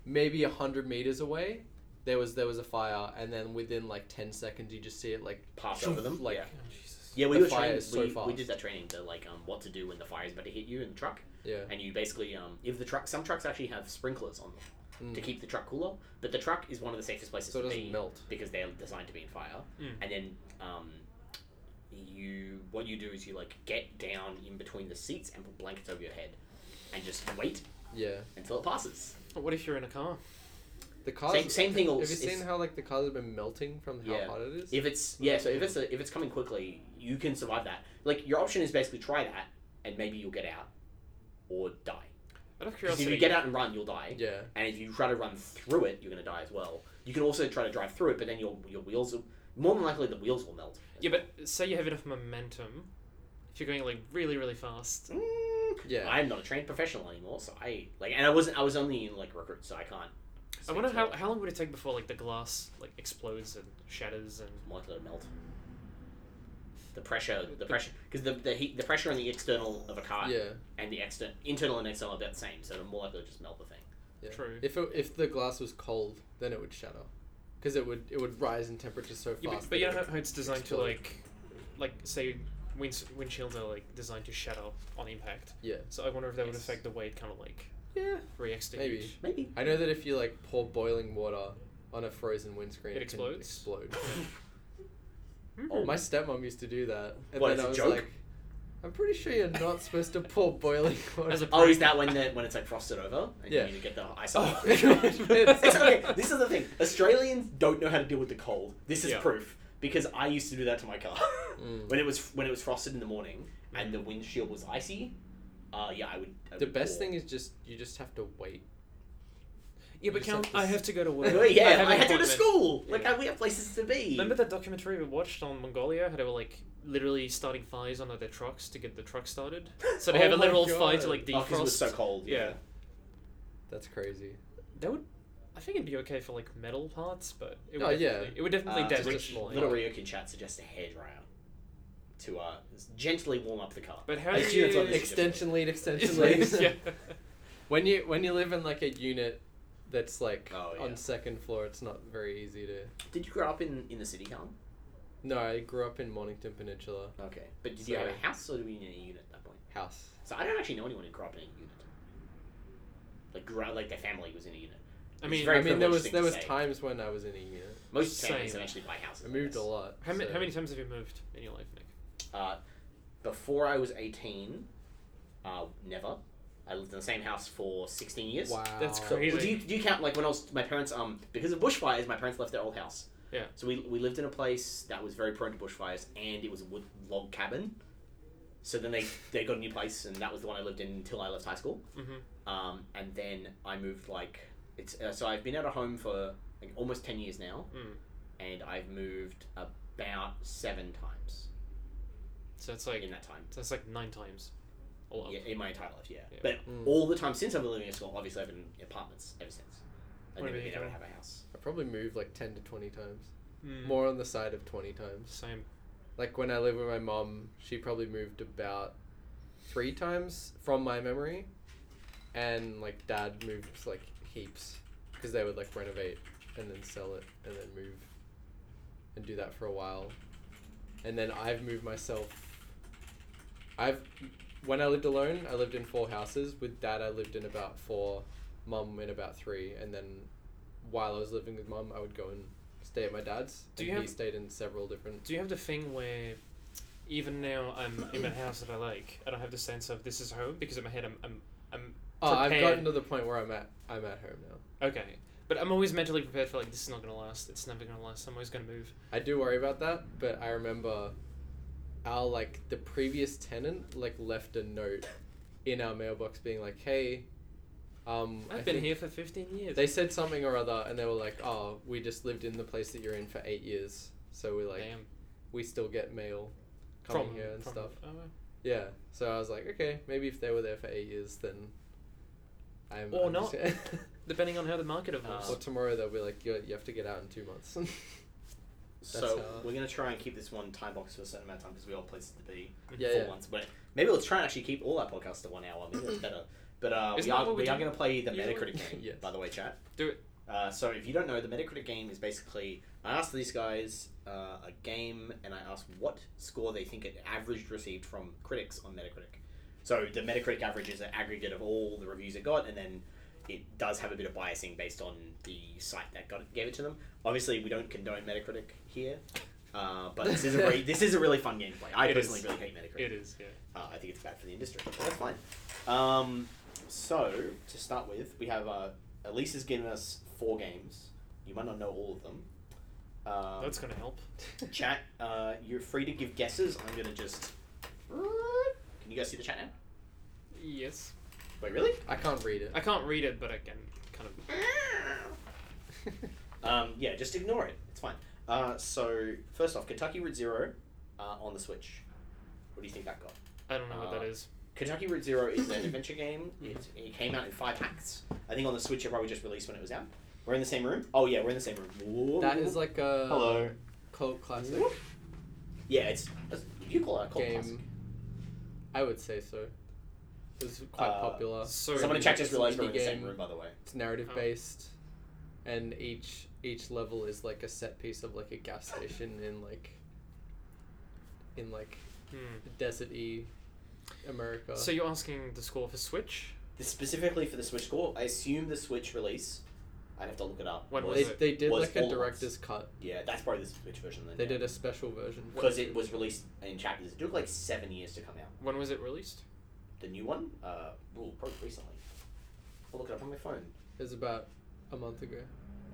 S2: maybe a hundred meters away there was there was a fire and then within like ten seconds you just see it like
S1: Passed over them,
S2: like
S1: yeah.
S3: Oh, Jesus.
S1: Yeah, we
S2: the
S1: were
S2: fire
S1: training.
S2: is so
S1: we, we
S2: fast.
S1: did that training to like um, what to do when the fire is about to hit you in the truck,
S2: yeah.
S1: and you basically um, if the truck some trucks actually have sprinklers on them.
S2: Mm.
S1: to keep the truck cooler. But the truck is one of the safest places
S2: so it
S1: to
S2: doesn't
S1: be
S2: melt.
S1: because they're designed to be in fire.
S3: Mm.
S1: And then um, you what you do is you like get down in between the seats and put blankets over your head and just wait
S2: Yeah.
S1: until it passes.
S3: What if you're in a car?
S2: The cars
S1: Same, same thing.
S2: have
S1: Also,
S2: you seen
S1: if,
S2: how like the cars have been melting from how
S1: Yeah.
S2: hot it is?
S1: if it's yeah, so if it's a, if it's coming quickly, you can survive that. Like your option is basically try that and maybe you'll get out or die.
S3: Out
S1: 'Cause
S3: of
S1: if
S3: curiosity,
S1: you get out and run, you'll die.
S2: yeah.
S1: and if you try to run through it, you're going to die as well. You can also try to drive through it, but then your your wheels will, more than likely the wheels will melt.
S3: Yeah, but say you have enough momentum. If you're going like really really fast,
S1: Mm,
S2: Yeah.
S1: I'm not a trained professional anymore, so I like, and I wasn't. I was only in like recruit, so I can't.
S3: I
S1: speak
S3: wonder
S1: to
S3: how,
S1: it.
S3: how long would it take before like the glass like explodes and shatters and
S1: More likely to melt. The pressure, the pressure, because the, the heat, the pressure on the external of a car
S2: yeah.
S1: and the external, internal and external are about the same, so they're more likely to just melt the thing.
S2: Yeah.
S3: True.
S2: If it, if the glass was cold, then it would shatter, because it would it would rise in temperature so fast.
S3: Yeah, but,
S2: that
S3: but you
S2: it
S3: know how- how it's designed
S2: explode.
S3: to like, like say, winds, windshields are like designed to shatter on impact.
S2: Yeah.
S3: So I wonder if that would
S1: Yes.
S3: affect the way it kind of like
S2: Yeah.
S3: reacts to
S2: Maybe.
S3: heat.
S1: Maybe.
S2: I know that if you like pour boiling water on a frozen windscreen,
S3: It
S2: can
S3: explodes?
S2: explode.
S3: Hmm.
S2: My stepmom used to do that, and
S1: Oh. What, as
S2: then I
S1: a
S2: was
S1: joke?
S2: like, "I'm pretty sure you're not supposed to pour boiling water."
S3: As a
S1: Oh, is
S3: prank.
S1: that when the, when it's like frosted over and
S2: Yeah.
S1: you need to get the ice?
S2: Oh,
S1: off?
S2: it's
S1: it's okay. This is the thing. Australians don't know how to deal with the cold. This is
S3: Yeah.
S1: proof because I used to do that to my car
S2: Mm.
S1: when it was when it was frosted in the morning and the windshield was icy. Uh, yeah, I would. I
S2: The
S1: would
S2: best
S1: pour.
S2: thing is just you just have to wait.
S3: Yeah, but
S2: just have
S3: Count,
S2: to
S3: I
S2: s-
S3: have to go to work.
S1: yeah,
S3: have
S1: I
S3: an
S1: had to go to
S3: appointment.
S1: school.
S2: Yeah.
S1: Like I, we have places to be.
S3: Remember that documentary we watched on Mongolia? How they were like literally starting fires under their trucks to get the truck started. So they
S2: Oh
S3: have a
S2: my
S3: literal fire to
S2: God.
S3: like
S1: Oh, 'cause it
S3: defrost.
S1: was so cold.
S3: Yeah.
S2: That's crazy.
S3: That would, I think it'd be okay for like metal parts, but it would
S2: Oh, yeah.
S3: definitely- it would definitely
S1: Uh,
S2: just a
S3: damage.
S2: small
S3: like-
S1: Little Ryokin chat suggests a hairdryer to uh, gently warm up the car.
S3: But how
S1: I
S3: do
S1: assume that's what
S3: you-
S1: this is different.
S2: Extension lead, extension lead.
S3: yeah.
S2: When you when you live in like a unit that's like
S1: Oh, yeah.
S2: on second floor, it's not very easy to.
S1: Did you grow up in in the city, Callum?
S2: No, I grew up in Mornington Peninsula
S1: Okay. But did you have a
S2: So-
S1: house or do we need a unit at that point?
S2: house.
S1: So I don't actually know anyone who grew up in a unit. Like grew up, like their family was in a unit.
S3: I
S1: It's
S3: mean,
S1: very
S2: I mean, there
S1: privileged
S2: was
S1: thing
S2: there
S1: to
S2: was
S1: say.
S2: times when I was in a unit.
S1: Most
S3: Same.
S1: families don't actually buy houses.
S2: I
S1: like
S2: moved
S1: this.
S2: a lot.
S3: How, ma-
S2: so-
S3: how many times have you moved in your life, Nick?
S1: Uh, before I was eighteen, uh, never. I lived in the same house for sixteen years.
S2: Wow.
S3: That's
S1: So,
S3: Crazy.
S1: well, do you do you count like when I was my parents um because of bushfires my parents left their old house.
S3: Yeah.
S1: So we, we lived in a place that was very prone to bushfires and it was a wood log cabin. So then they they got a new place and that was the one I lived in until I left high school.
S3: Mm-hmm.
S1: um, and then I moved like it's uh, so I've been out of home for like almost ten years now,
S3: Mm.
S1: and I've moved about seven times
S3: So it's like
S1: in that time.
S3: so it's like nine times, all up.
S1: Yeah, in my entire life, yeah.
S3: Yeah.
S1: But
S2: Mm.
S1: all the time since I've been living in school, obviously I've been in apartments ever since. I I
S3: What
S1: never
S3: about you,
S1: think I would
S3: Joel?
S1: have a house.
S2: I probably moved like ten to twenty times.
S3: Mm,
S2: More on the side of twenty times.
S3: Same.
S2: Like when I lived with my mom, she probably moved about three times from my memory, and like dad moved like heaps because they would like renovate and then sell it and then move and do that for a while, and then I've moved myself. I've when I lived alone, I lived in four houses. With dad, I lived in about four, mum in about three, and then while I was living with mum, I would go and stay at my dad's.
S3: Do
S2: and
S3: you
S2: he
S3: have-
S2: stayed in several different
S3: Do you have the thing where even now I'm in a house that I like, I don't have the sense of this is home because in my head I'm, I'm, I'm
S2: Oh, I've
S3: prepared.
S2: gotten to the point where I'm at. I'm at home now.
S3: okay. But I'm always mentally prepared for like this is not gonna last. It's never gonna last. I'm always gonna move.
S2: I do worry about that, but I remember our like the previous tenant like left a note in our mailbox being like, "Hey, um, I
S3: I've been
S2: think-
S3: here for 15 years.
S2: They said something or other, and they were like, "Oh, we just lived in the place that you're in for eight years, so we like
S3: Damn.
S2: we still get mail coming
S3: From-
S2: here and
S3: from-
S2: stuff."
S3: oh, well.
S2: Yeah. So I was like, okay, maybe if they were there for eight years, then I'm
S3: Or
S2: I'm just-
S3: depending on how the market evolves.
S2: or tomorrow they'll be like, you you have to get out in two months.
S1: So
S2: how-
S1: we're gonna try and keep this one time box for a certain amount of time because we all places to be
S2: yeah,
S1: for
S2: yeah.
S1: once. But maybe let's try and actually keep all our podcasts to one hour. Maybe that's better. But uh, we
S3: Isn't that
S1: are
S3: what we
S1: we are
S3: do?
S1: gonna play the
S3: Usually?
S1: Metacritic game.
S2: Yes.
S1: By the way, chat.
S3: Do it.
S1: Uh, so if you don't know, the Metacritic game is basically I asked these guys uh, a game and I asked what score they think it averaged received from critics on Metacritic. So the Metacritic average is an aggregate of all the reviews it got, and then it does have a bit of biasing based on the site that got it, gave it to them. Obviously, we don't condone Metacritic here, uh, but this is a re- this is a really fun game to play. I
S3: It
S1: personally
S3: is.
S1: really hate Metacritic.
S3: It is, yeah.
S1: Uh, I think it's bad for the industry. But that's fine. Um, so to start with, we have uh, Elise has given us four games. You might not know all of them. Um,
S3: That's gonna help.
S1: Chat, uh, you're free to give guesses. I'm gonna just. Can you guys see the chat now?
S3: Yes.
S1: Wait, really?
S2: I can't read it.
S3: I can't read it, but I can kind of.
S1: um, yeah, just ignore it. It's fine. Uh, so first off, Kentucky Route Zero uh, on the Switch. What do you think that got?
S3: I don't know what
S1: Uh,
S3: that is.
S1: Kentucky Route Zero is an adventure game. It,
S2: Mm-hmm.
S1: it came out in five packs. I think on the Switch it probably just released when it was out. We're in the same room. Oh yeah, we're in the same room. Whoa.
S2: That is like uh, a
S1: hello.
S2: cult classic
S1: Whoop. Yeah, it's you call it a cult
S2: game.
S1: classic.
S2: I would say so. It was quite
S1: Uh,
S2: popular.
S3: So
S1: Someone in chat just
S2: It's an
S1: realized we're
S2: indie
S1: in the same
S2: game.
S1: room, by the way.
S2: It's narrative
S3: Oh.
S2: based, and each each level is like a set piece of like a gas station in like in like
S3: Hmm.
S2: deserty America.
S3: So you're asking the score for Switch?
S1: This specifically for the Switch score, I assume the Switch release. I'd have to look it up.
S3: When
S2: they,
S3: was it?
S2: they did
S1: was
S2: like a
S1: all-
S2: director's cut.
S1: Yeah, that's probably the Switch version. Then
S2: They
S1: yeah.
S2: did a special version
S1: because it was released in chapters. It took like seven years to come out.
S3: When was it released?
S1: The new one, uh, ooh, probably recently. I'll look it up on my phone.
S2: It was about a month ago.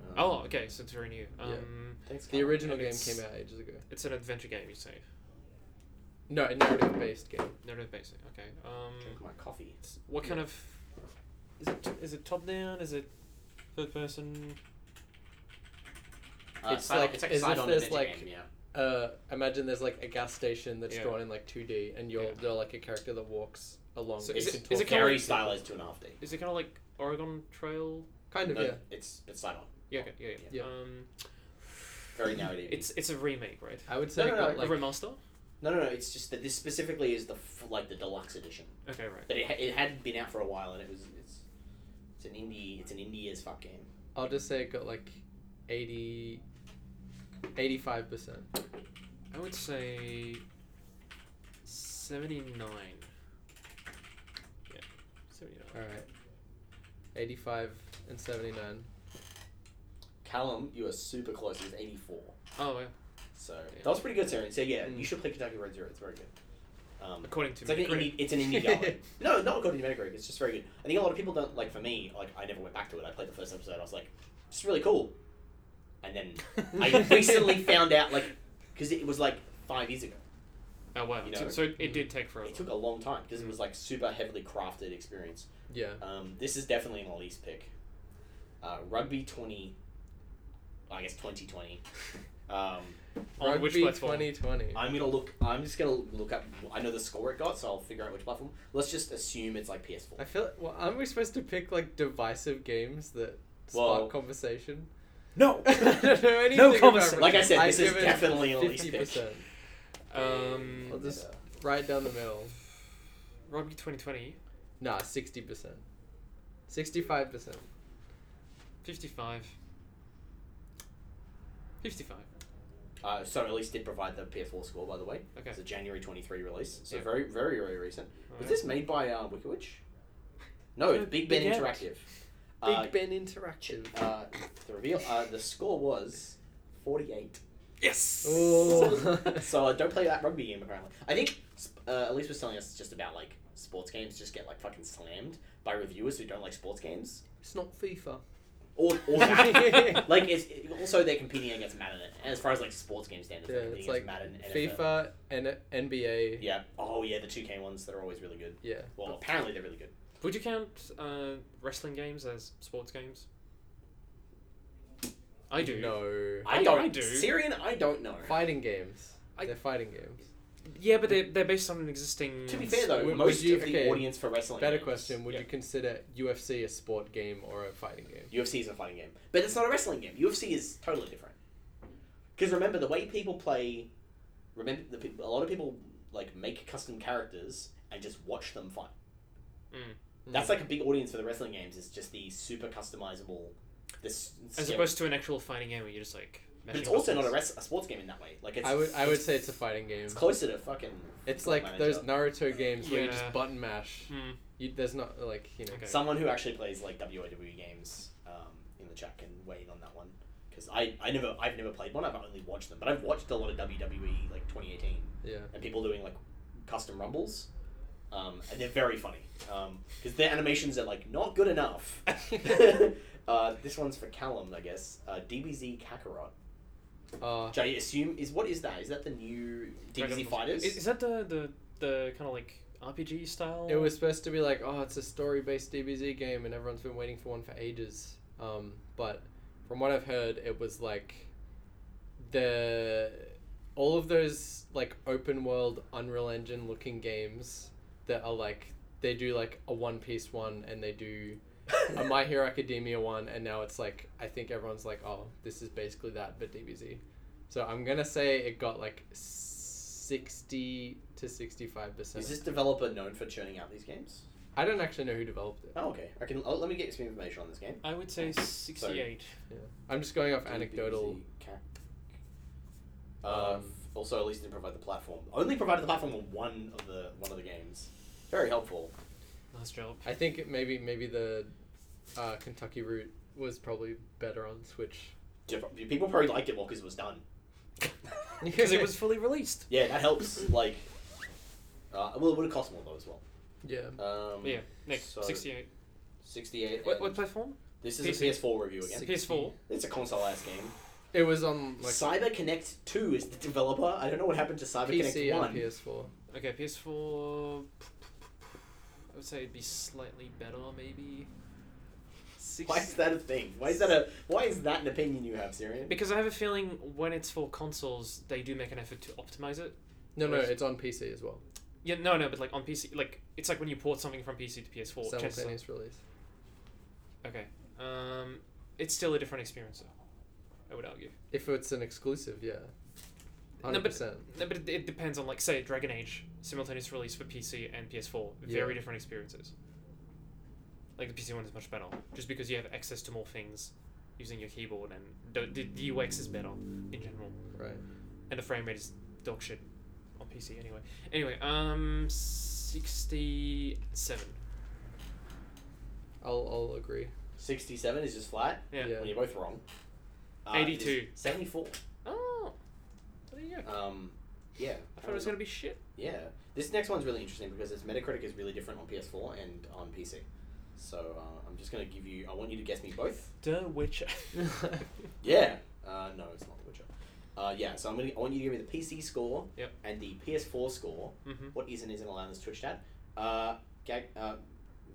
S1: Um,
S3: Oh, okay, so it's very new. Um,
S1: thanks.
S2: The
S1: Cal.
S2: original
S3: and
S2: game
S3: it's-
S2: came out ages ago.
S3: It's an adventure game, you say?
S2: No, a narrative based game.
S3: Narrative based. Okay. Um,
S1: Drink my coffee.
S3: what kind of? Is it is it top down? Is it third person?
S1: Uh,
S2: It's
S1: side-
S2: like-
S1: it's like
S2: as
S1: side
S2: if
S1: on
S2: there's,
S1: adventure
S2: like-
S1: game, yeah.
S2: Uh, imagine there's like a gas station that's
S3: Yeah.
S2: drawn in like 2D, and you're
S3: Yeah.
S2: you're like a character that walks along.
S3: So
S2: and
S3: is
S2: you
S3: it-
S2: can
S3: is
S2: talk
S3: it
S2: to
S1: very
S3: like-
S2: people.
S1: stylized two and a half D.
S3: Is it kind of like Oregon Trail?
S2: Kind of
S1: No,
S2: yeah.
S1: It's it's side on.
S3: Yeah. Okay, yeah.
S2: Yeah.
S3: Yeah. Um,
S1: Very narrative.
S3: it's it's a remake, right?
S2: I would say
S1: no,
S2: it
S1: no,
S2: got
S1: no,
S3: a
S2: like
S3: remaster.
S1: no, no, no. It's just that this specifically is the f- like the deluxe edition,
S3: Okay, right.
S1: but it, ha- it had been out for a while, and it was it's it's an indie it's an indie as fuck game.
S2: I'll just say it got like 80 85 percent.
S3: I would say seventy nine. Yeah, seventy nine.
S2: All right, 85 and 79.
S1: Callum, you are super close. It was eighty four.
S3: Oh, yeah.
S1: So
S3: Yeah.
S1: that was pretty good, Sarah. So yeah,
S2: Mm.
S1: you should play Kentucky Road Zero. It's very good. Um,
S3: according to
S1: it's like an
S3: Metacritic.
S1: indie. It's an indie darling. No, not according to Metacritic. It's just very good. I think a lot of people don't like. For me, like I never went back to it. I played the first episode. I was like, it's really cool, and then I recently found out like because it was like five years ago.
S3: Oh wow!
S1: you
S3: so,
S1: know.
S3: so it, it did take forever.
S1: It took a long time because it was like super heavily crafted experience.
S2: Yeah.
S1: Um, this is definitely an Elise pick. Uh, rugby twenty, I guess twenty twenty. Um,
S3: On
S2: Rugby
S3: which platform?
S2: 2020.
S1: I'm gonna look. I'm just gonna look up. I know the score it got, so I'll figure out which platform. Let's just assume it's like PS4.
S2: I feel well. Aren't we supposed to pick like divisive games that spark
S1: Well-
S2: conversation.
S3: No.
S2: I don't know anything
S3: No
S2: about
S3: conversation.
S1: Like I said,
S2: I
S1: this is
S2: give it
S1: definitely a leap
S2: Fifty
S1: pick.
S2: percent, I'll
S3: um,
S1: uh,
S2: just- right down the middle.
S3: Rugby 2020,
S2: Nah, sixty percent, sixty-five percent.
S3: 55. 55.
S1: Uh, so at least did provide the PS4 score, by the way.
S3: Okay.
S1: It's a January 23 release, so
S3: Yeah.
S1: very, very, very recent.
S3: Alright.
S1: Was this made by uh, Wikowitch? No,
S3: No,
S1: Big Ben
S3: Big Ed.
S1: Interactive. Uh,
S2: Big Ben interactive.
S1: uh, the reveal, uh, the score was 48.
S3: Yes.
S2: Oh.
S1: so uh, don't play that rugby game apparently. I think sp- uh, Elise was telling us just about like sports games just get like fucking slammed by reviewers who don't like sports games.
S2: it's not FIFA.
S1: Or, or that. like it's it- also they're competing against Madden. And as far as like sports game standards,
S2: Yeah,
S1: they're competing
S2: it's like
S1: against Madden. NFL.
S2: FIFA and NBA.
S1: Yeah. Oh yeah, the two K ones that are always really good.
S2: Yeah.
S1: Well, apparently they're really good.
S3: Would you count uh, wrestling games as sports games? I do.
S2: No.
S1: I,
S3: I-
S1: don't.
S3: I do.
S1: Syrian, I don't know.
S2: Fighting games.
S3: I-
S2: They're fighting games.
S3: Yeah, but they're, they're based on an existing.
S1: To be fair though,
S2: Mm. Would- would
S1: most
S2: you-
S1: of the
S2: okay,
S1: audience for wrestling.
S2: Better
S1: games-
S2: question: Would
S1: Yeah.
S2: you consider UFC a sport game or a fighting game?
S1: UFC is a fighting game, but it's not a wrestling game. UFC is totally different. Because remember the way people play. Remember, the, peop- a lot of people like make custom characters and just watch them fight.
S3: Mm.
S1: That's like a big audience for the wrestling games. Is just the super customizable. This
S3: as opposed to an actual fighting game where you're just like.
S1: but
S3: mashing
S1: it's also not a,
S3: buttons.
S1: res- a sports game in that way. Like it's,
S2: I would I would
S1: it's-
S2: say it's a fighting game.
S1: it's closer to fucking.
S2: It's
S1: Football
S2: like
S1: Manager.
S2: those Naruto games where you
S3: Yeah.
S2: just button mash.
S3: Hmm.
S2: You, there's not like you know.
S3: Okay.
S1: Someone who actually plays like WWE games um, in the chat can weigh in on that one because I, I never I've never played one. I've only watched them, but I've watched a lot of WWE like 2018
S2: Yeah.
S1: and people doing like custom rumbles, um, and they're very funny because their animations are like not good enough.
S3: Hmm.
S1: uh, this one's for Callum, I guess. Uh, DBZ Kakarot,
S2: Uh,
S1: which I assume is what is that? Is that the new
S3: Dragon
S1: DBZ
S3: Ball-
S1: fighters?
S3: Is, is that the the, the kind of like RPG style?
S2: it was supposed to be like, oh, it's a story-based DBZ game, and everyone's been waiting for one for ages. Um, but from what I've heard, it was like the all of those like open-world Unreal Engine-looking games that are like they do like a One Piece one, and they do a My Hero Academia one, and now it's like I think everyone's like, oh, this is basically that, but DBZ. So I'm gonna say it got like sixty to sixty-five
S1: is this
S2: percent.
S1: developer known for churning out these games?
S2: I don't actually know who developed it.
S1: Oh, okay. I can. Oh, let me get you some information on this game.
S3: I would
S1: Oh.
S3: say sixty-eight.
S2: I'm just going off anecdotal.
S1: Um,
S2: Um,
S1: also, at least didn't provide the platform. Only provided the platform on one of the one of the games. Very helpful.
S3: Nice job.
S2: I think it maybe maybe the uh, Kentucky route was probably better on Switch.
S1: Diff- People probably liked it more because it was done.
S3: Because it was fully released.
S1: Yeah, that helps. Like, uh, well, it would have cost more though as well.
S2: yeah.
S1: Um,
S3: Yeah, Nick,
S1: So-
S3: sixty-eight.
S1: sixty-eight.
S3: What,
S1: and-
S3: what platform?
S1: this is
S3: PC?
S1: a PS4 review again.
S2: Six-
S3: PS4.
S1: It's a console ass game.
S2: It was on like
S1: Cyber Connect Two is the developer. I don't know what happened to Cyber
S2: PC
S1: Connect One.
S2: and PS4.
S3: Okay, PS4. I would say it'd be slightly better, maybe. Six.
S1: Why is that a thing? Why is that a? Why is that an opinion you have, Syrian?
S3: Because I have a feeling when it's for consoles, they do make an effort to optimize it.
S2: No, no, it's on PC as well.
S3: Yeah, no, no, but like on PC, like it's like when you port something from PC to PS4. chances are-
S2: Simultaneous release.
S3: okay. Um, it's still a different experience, though. I would argue.
S2: If it's an exclusive, yeah.
S3: No,
S2: Hundred
S3: but-
S2: percent.
S3: No, but it, it depends on like say Dragon Age simultaneous release for PC and PS4. Very
S2: Yeah.
S3: different experiences. Like the PC one is much better, just because you have access to more things using your keyboard and the, the, the UX is better in general,
S2: Right.
S3: and the frame rate is dog shit on PC anyway. Anyway, um, sixty-seven.
S2: I'll I'll agree.
S1: Sixty-seven is just flat.
S3: Yeah.
S2: Yeah.
S1: Well, you're both wrong. Uh, it
S3: 82.
S1: is 74.
S3: Oh, there you go.
S1: Um, yeah.
S3: I thought it was gonna be shit.
S1: Yeah. This next one's really interesting because its Metacritic is really different on PS4 and on PC. So uh, I'm just going to give you. I want you to guess me both.
S3: The Witcher.
S1: Yeah. Uh, no, it's not The Witcher. Uh, yeah, so I'm gonna, I want you to give me the PC score
S3: Yep.
S1: and the PS4 score.
S3: mm-hmm.
S1: What is and isn't allowed in this Twitch chat? Uh, gag, uh,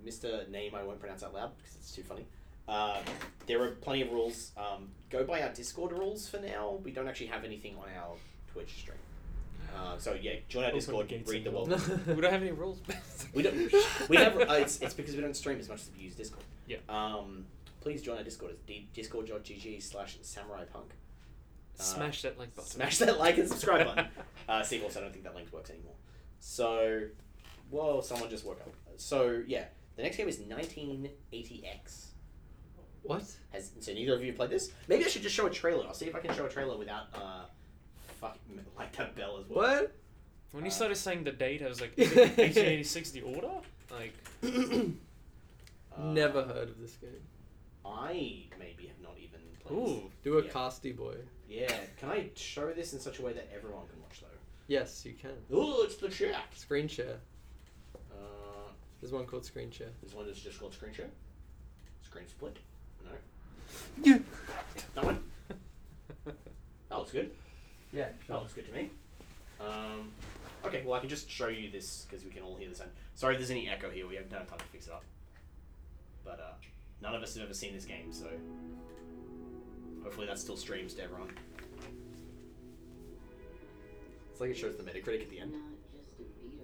S1: Mr. Name, I won't pronounce out loud because it's too funny. Uh, there are plenty of rules. Um, go by our Discord rules for now. We don't actually have anything on our Twitch stream. Uh, so yeah, join our
S3: Open
S1: Discord.
S3: the gates
S1: read the
S3: of hell.
S1: welcome.
S3: we don't have any rules.
S1: uh, We don't. We have. Uh, it's, it's because we don't stream as much as we use Discord.
S3: Yeah.
S1: Um, please join our Discord. It's d- discord.gg slash samurai punk. Uh,
S3: Smash that like button.
S1: Smash that like and subscribe button. Uh, see, also, I don't think that link works anymore. So, whoa, someone just woke up. So, yeah, the next game is 1980X.
S2: What?
S1: Has, so neither of you played this? Maybe I should just show a trailer. I'll see if I can show a trailer without uh, fuck like that bell as well.
S2: What?
S3: when
S1: Uh,
S3: you started saying the date, I was like, 1886 the order? Like,
S1: Uh,
S2: Never heard of this game.
S1: I maybe have not even played. This.
S3: ooh.
S2: Do a
S1: Yeah.
S2: casty boy.
S1: Yeah. Can I show this in such a way that everyone can watch though?
S2: Yes, you can.
S1: Oh, it's the chat.
S2: Screen share.
S1: Uh,
S2: There's one called screen share.
S1: there's one that's just called screen share. Screen split. No.
S2: Yeah.
S1: That one. That looks good.
S2: Yeah.
S1: That looks good to me. Um, okay, well, I can just show you this because we can all hear the same. Sorry if there's any echo here. We haven't had time to fix it up. But uh, none of us have ever seen this game, so hopefully that still streams to everyone. It's like it shows the Metacritic at the end.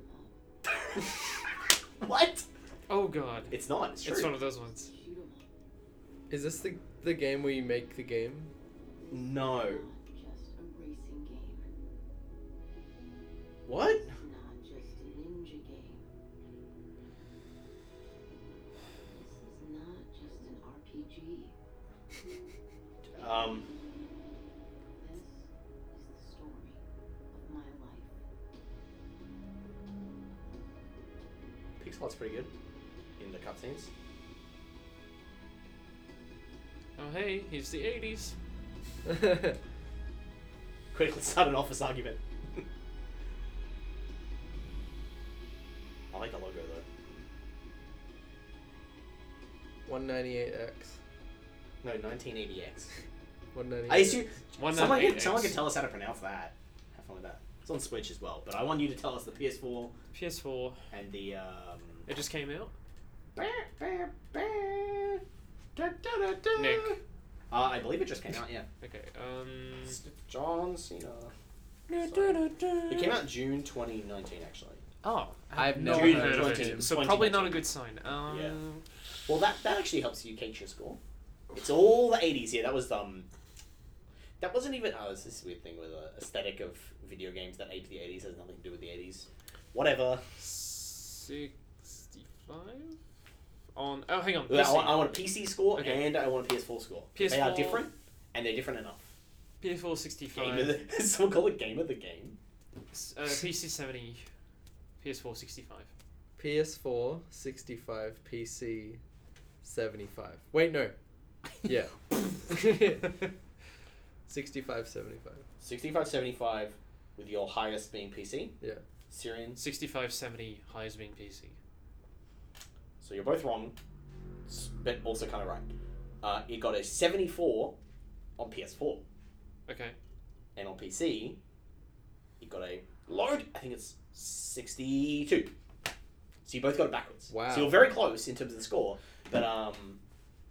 S1: what?
S3: Oh god.
S1: It's not. It's true.
S3: It's one of those ones.
S2: Is this the the game where you make the game?
S1: No. What? Um, pixel art's pretty good in the cutscenes.
S3: Oh hey, here's the 80s.
S1: Quickly start an office argument. I like the logo though.
S2: 198x.
S1: No, 1980X.
S2: 198.
S1: I assume
S3: One
S1: someone
S3: nine
S1: can,
S3: eight
S1: someone
S3: X.
S1: can tell us how to pronounce that. Have fun with that. It's on Switch as well, but I want you to tell us the PS4
S3: PS4.
S1: and the um.
S3: It just came out.
S1: Nick. Uh, I believe it just came out. Yeah.
S3: Okay. Um.
S1: John Cena. It came out June 2019, actually.
S3: Oh,
S2: I've
S3: no
S2: never
S1: June
S2: heard of
S1: 20.
S2: it.
S3: So probably not a good sign. Um,
S1: Well, that that actually helps you catch your score. It's all the eighties. Yeah, that was um, that wasn't even. Oh, it's this weird thing with the aesthetic of video games that ape the eighties has nothing to do with the eighties. Whatever.
S3: sixty-five on. Oh, hang on.
S1: I,
S3: PC.
S1: want, I want a PC score
S3: Okay.
S1: and I want a PS4 score. They
S3: PS4.
S1: are different, and they're different enough.
S3: PS4
S1: Game
S3: sixty-five.
S1: of the, someone called it game of the game.
S3: s- uh, PC seventy. PS4 sixty-five.
S2: PS4, 65, PC, 75. Wait, no. Yeah. 65, 75.
S1: 65, 75, with your highest being PC.
S2: Yeah.
S1: Syrians.
S3: Sixty-five seventy. Highest being PC.
S1: So you're both wrong, s- but also kind of right. Uh, it got a seventy four on PS4.
S3: Okay.
S1: and on PC, you got a load. I think it's sixty-two. So you both got it backwards.
S2: Wow.
S1: So you're very close in terms of the score, but um,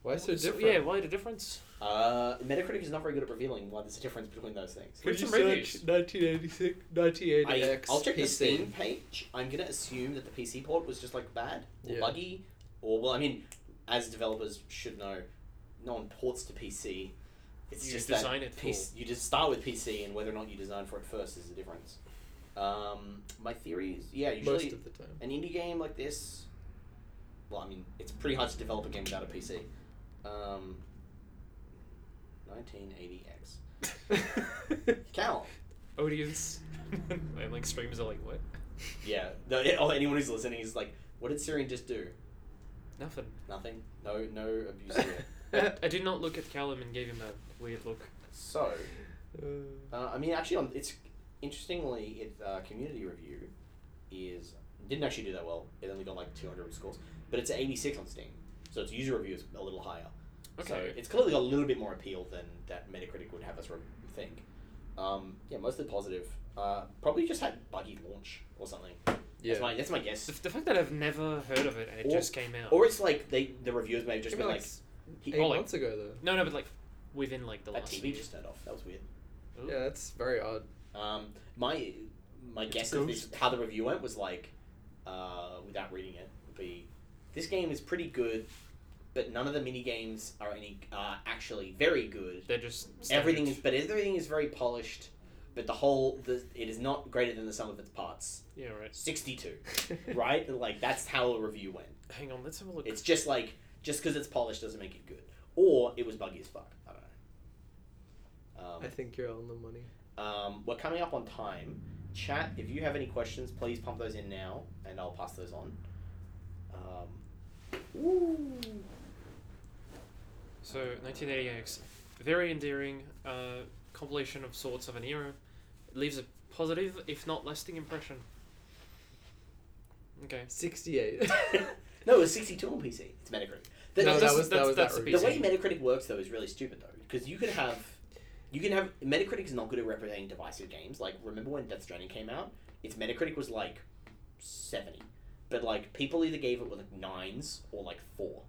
S2: Why so
S3: So,
S2: different?
S3: yeah. Why the difference?
S1: uh, Metacritic is not very good at revealing why there's a difference between those things.
S3: Could you search
S2: 1986,
S1: I,
S2: 1980x
S1: I'll check the Steam
S2: PC?
S1: page. I'm gonna assume that the PC port was just like bad or
S2: Yeah.
S1: buggy, or well, I mean, as developers should know, no one ports to PC. It's
S3: You
S1: just
S3: design
S1: that
S3: it
S1: PC, you just start with PC, and whether or not you design for it first is the difference. Um, my theory is, yeah,
S2: Most
S1: usually
S2: of the time.
S1: an indie game like this. Well, I mean, it's pretty hard to develop a game without a PC. Um, 1980X. Cal.
S3: Audience. and like streamers are like what?
S1: Yeah. No, it- oh, anyone who's listening is like, what did Syrian just do?
S3: Nothing.
S1: Nothing. No, no abuse here.
S3: I, I did not look at Callum and gave him a weird look.
S1: So,
S2: Uh,
S1: uh, I mean, actually, on, it's interestingly, it uh, community review is didn't actually do that well. It only got like 200 scores, but it's at 86 on Steam, so its user review is a little higher.
S3: Okay.
S1: So it's clearly got a little bit more appeal than that Metacritic would have us re- think. Um, yeah, mostly positive. Uh, probably just had buggy launch or something. That's
S2: yeah.
S1: my that's my guess.
S3: The, the fact that I've never heard of it and it
S1: Or-
S3: just came out.
S1: Or it's like they the reviewers may have just
S2: Came out,
S1: been
S2: like,
S1: like,
S2: s-
S1: he,
S2: Eight
S1: oh,
S3: all I-
S2: months ago, though.
S3: no, no, but like within like the
S1: that
S3: last.
S1: TV
S3: year.
S1: just turned off. That was weird.
S3: Ooh.
S2: Yeah, that's very odd.
S1: Um, my my
S3: It's
S1: guess of this,
S3: ghost.
S1: how the review went was like, uh, without reading it, would be this game is pretty good, but none of the mini games are any are actually very good.
S3: They're just
S1: Everything is,
S3: standard.
S1: but everything is very polished. But the whole, the, it is not greater than the sum of its parts.
S3: yeah right.
S1: Sixty-two, right? Like that's how a review went.
S3: Hang on, let's have a look.
S1: It's just like just because it's polished doesn't make it good, or it was buggy as fuck. I don't
S2: I
S1: know.
S2: think you're on the money.
S1: Um, um, we're coming up on time. Chat, if you have any questions, please pump those in now, and I'll pass those on. Um, woo.
S3: So 1980X, very endearing uh, compilation of sorts of an era. It leaves a positive, if not lasting, impression. Okay.
S2: 68.
S1: no, it was 62 on PC. It's Metacritic. The,
S2: No,
S1: the-
S2: that was- that
S3: that's,
S2: was
S3: that's
S2: that
S3: the
S1: the
S2: reason.
S1: way Metacritic works though is really stupid though, because you can have, you can have Metacritic's not good at representing divisive games. Like remember when Death Stranding came out, its Metacritic was like 70, but like people either gave it with like nines or like four.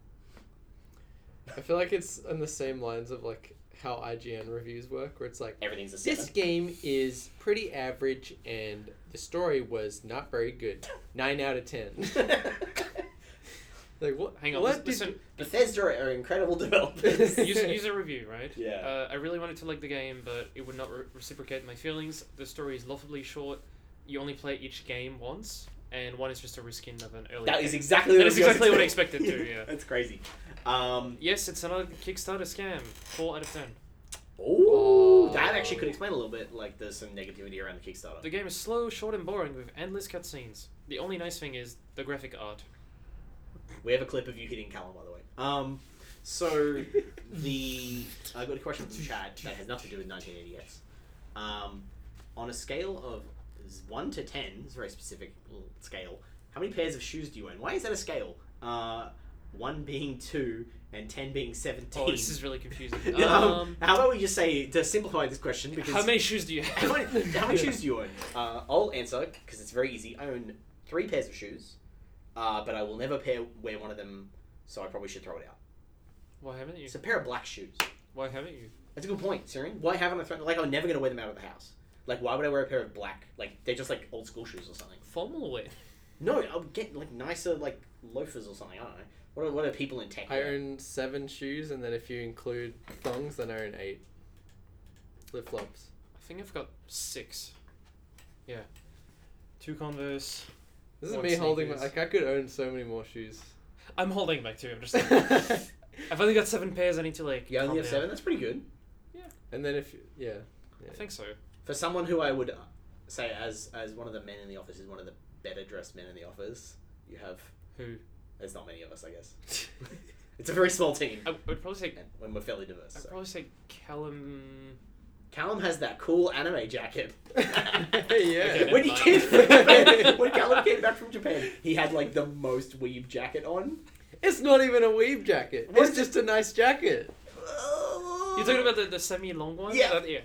S2: I feel like it's on the same lines of like how IGN reviews work, where it's like
S1: Everything's a seven.
S2: this game is pretty average and the story was not very good. Nine out of ten. like what?
S3: Hang on,
S2: What
S3: lis-
S2: did-
S3: listen.
S1: Bethesda are incredible developers.
S3: user, user review, right?
S1: Yeah.
S3: Uh, I really wanted to like the game, but it would not re- reciprocate my feelings. The story is laughably short. You only play each game once, and one is just a reskin of an earlier.
S1: that
S3: game.
S1: is exactly
S3: That
S1: what
S3: is
S1: it was.
S3: exactly what I expected too, yeah.
S1: that's crazy. Um,
S3: Yes, it's another Kickstarter scam. Four out of ten.
S1: oh,
S2: Oh.
S1: that actually could explain a little bit. Like there's some negativity around the Kickstarter.
S3: The game is slow, short, and boring with endless cutscenes. The only nice thing is the graphic art.
S1: We have a clip of you hitting Callum, by the way. Um, so the I got a question from Chad that has nothing to do with 1980s. Um, on a scale of z- one to ten, it's a very specific little scale. How many pairs of shoes do you own? Why is that a scale? Uh, one being two and ten being seventeen.
S3: Oh, this is really confusing.
S1: Um,
S3: Um,
S1: how about we just say to simplify this question because
S3: how many shoes do you
S1: how
S3: have?
S1: many, how many shoes do you own? Uh, I'll answer because it's very easy. I own three pairs of shoes, uh, but I will never pair wear one of them, so I probably should throw it out.
S3: Why haven't you?
S1: It's a pair of black shoes.
S3: Why haven't you?
S1: That's a good point, Syrian. Why haven't I thrown? Like I'm never gonna wear them out of the house. Like why would I wear a pair of black? Like they're just like old school shoes or something.
S3: Formal wear.
S1: No, I'll get like nicer like loafers or something. I don't know. What are, what are people in tech?
S2: I
S1: wear?
S2: own seven shoes, and then if you include thongs, then I own eight flip flops.
S3: I think I've got six. Yeah. Two Converse.
S2: This is
S3: Or
S2: me holding my,
S3: sneakers.
S2: like I could own so many more shoes.
S3: I'm holding back too. I'm just. Like,
S2: and
S3: I've only got seven pairs. I need to like.
S1: You only
S3: calm
S1: have
S3: down.
S1: seven. That's pretty good
S2: then if yeah,
S3: I think so.
S1: for someone who I would uh, say as as one of the men in the office is one of the better dressed men in the office. You have
S3: Who?
S1: There's not many of us, I guess. it's a very small team,
S3: I would probably say.
S1: and when we're fairly diverse.
S3: I'd
S1: so.
S3: probably say Callum.
S1: Callum has that cool anime jacket.
S2: yeah.
S1: when he
S3: never
S1: came,
S2: mind.
S1: when Callum came back from Japan, he had like the most weeb jacket on.
S2: It's not even a weave jacket.
S1: What
S2: it's
S1: is it?
S2: just a nice jacket.
S3: You're talking about the, the semi long one?
S1: Yeah.
S3: That- yeah.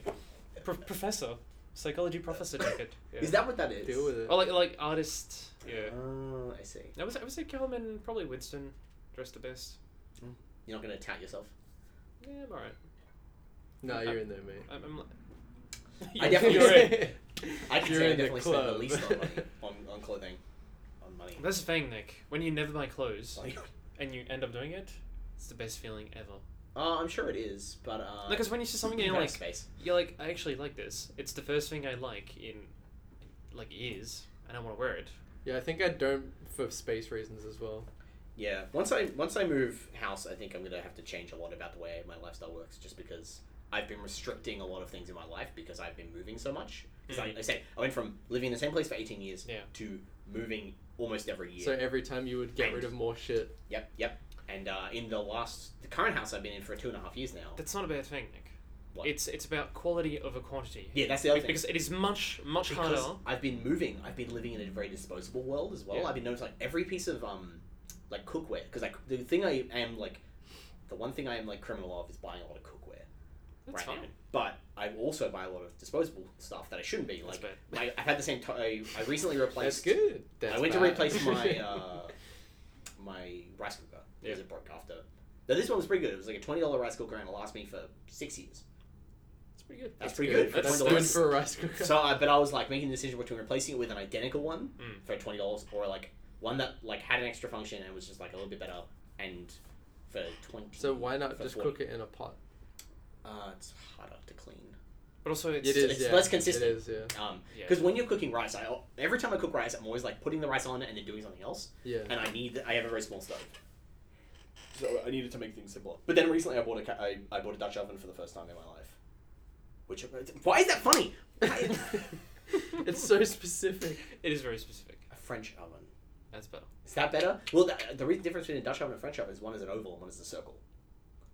S3: Pro- professor. Psychology professor jacket. Yeah.
S1: Is that what that is?
S2: Deal with it.
S3: Or Oh, like like artist. Yeah.
S1: Oh, I see.
S3: I would, say- I would say Callum and probably Winston dressed the best.
S1: You're not gonna tout yourself.
S3: Yeah, I'm alright.
S2: No, you're in there, mate.
S3: I'm. I'm li-
S1: I
S3: You're-
S1: definitely-
S3: you're right.
S1: I can
S2: You're
S1: say I
S2: in the
S1: definitely spent the
S2: club.
S1: least on money on, on clothing, on money.
S3: That's the thing, Nick. When you never buy clothes
S1: Like-
S3: and you end up doing it, it's the best feeling ever.
S1: Oh, I'm sure it is, but uh,
S3: Because when you see something and
S1: you
S3: you're
S1: have
S3: like,
S1: space.
S3: you're like, I actually like this. It's the first thing I like in, like, years, and I want to wear it.
S2: Yeah, I think I don't for space reasons as well.
S1: Yeah, once I once I move house, I think I'm gonna have to change a lot about the way my lifestyle works, just because I've been restricting a lot of things in my life because I've been moving so much. Because I,
S3: Mhm.
S1: I said I went from living in the same place for 18 years
S3: Yeah.
S1: to moving almost every year.
S2: So every time you would get rid of more shit.
S1: yep, yep. And uh, in the last, the current house I've been in for two and a half years now.
S3: That's not a bad thing, Nick.
S1: What?
S3: It's it's about quality over quantity.
S1: yeah, that's the other thing.
S3: Because it is much much
S1: Because
S3: harder.
S1: I've been moving, I've been living in a very disposable world as well.
S3: Yeah.
S1: I've been noticing like every piece of um, like cookware. Because like the thing I am like, the one thing I am like criminal of is buying a lot of cookware.
S3: That's
S1: right
S3: fine.
S1: now. But I also buy a lot of disposable stuff that I shouldn't be.
S3: That's
S1: Like I, I've had the same. To- I, I recently
S2: That's
S1: replaced.
S2: good. That's
S1: I went to
S2: bad.
S1: replace my uh, my rice cooker because
S3: Yeah.
S1: it broke after. Now this one was pretty good. It was like a twenty dollar rice cooker and it lasted me for six years.
S3: It's pretty good.
S1: That's, pretty good. for
S2: That's
S1: $20.
S2: good for a rice cooker.
S1: So, I, but I was like making the decision between replacing it with an identical one
S3: Mm.
S1: for twenty dollars or like one that like had an extra function and was just like a little bit better and for twenty.
S2: So why not
S1: for
S2: just
S1: 40.
S2: cook it in a pot?
S1: Uh, it's harder to clean.
S3: But also, it's,
S2: it is.
S1: it's
S2: yeah.
S1: less consistent.
S2: It is. Yeah.
S1: Um,
S3: Yeah.
S1: because when you're cooking rice, I al- every time I cook rice, I'm always like putting the rice on and then doing something else.
S2: Yeah.
S1: and I need I have a very small stove. So I needed to make things simpler. But then recently I bought a ca- I, I bought a Dutch oven for the first time in my life. Which uh, why is that funny? Why-
S2: it's so specific.
S3: It is very specific.
S1: a French oven.
S3: That's better.
S1: Is that better? Well, the, the real difference between a Dutch oven and a French oven is one is an oval and one is a circle.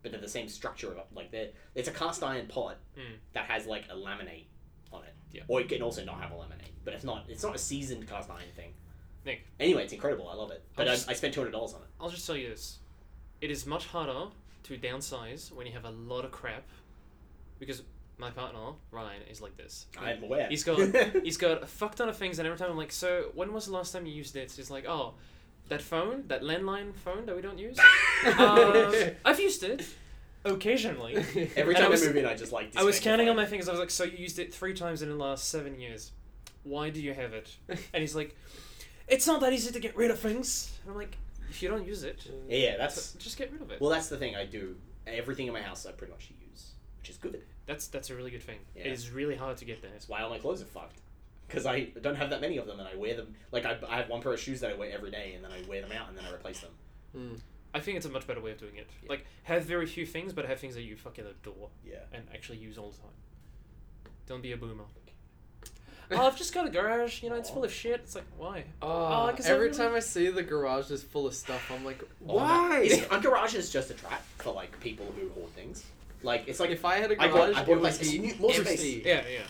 S1: But they're the same structure of like they're it's a cast iron pot
S3: Mm.
S1: that has like a laminate on it.
S3: Yeah.
S1: Or it can also not have a laminate, but it's not it's not a seasoned cast iron thing.
S3: Nick.
S1: Anyway, it's incredible. I love it. But I,
S3: just-
S1: I spent two hundred dollars on it.
S3: I'll just tell you this: it is much harder to downsize when you have a lot of crap, because my partner Ryan is like this.
S1: I'm aware.
S3: He's got he's got a fuck ton of things, and every time I'm like, so when was the last time you used this? He's like, oh, that phone, that landline phone that we don't use. um, I've used it occasionally.
S1: Every
S3: And I
S1: time I,
S3: was-
S1: move in, I just like.
S3: I was
S1: dismantle
S3: counting
S1: it.
S3: on my fingers. I was like, so you used it three times in the last seven years. Why do you have it? And he's like, it's not that easy to get rid of things. And I'm like, if you don't use it,
S1: Yeah, yeah, that's
S3: just get rid of it.
S1: well, that's the thing. I do everything in my house. I pretty much use, which is good.
S3: That's that's a really good thing.
S1: Yeah.
S3: It is really hard to get there.
S1: That's why all my clothes are fucked, because I don't have that many of them, and I wear them. Like I, I have one pair of shoes that I wear every day, and then I wear them out, and then I replace them.
S2: Mm.
S3: I think it's a much better way of doing it.
S1: Yeah.
S3: Like have very few things, but have things that you fucking adore
S1: Yeah.
S3: and actually use all the time. Don't be a boomer. oh, I've just got a garage. You know, it's full of shit. It's like why?
S2: Oh,
S3: Oh, 'cause I
S2: every
S3: really-
S2: time I see the garage is full of stuff, I'm like,
S1: Why?
S2: why?
S1: a garage is just a trap for like people who hoard things. Like it's like
S2: if I had a
S1: I bought-
S2: garage,
S1: I bought
S2: it
S1: like
S2: would be
S1: more space.
S2: empty.
S3: Yeah, yeah.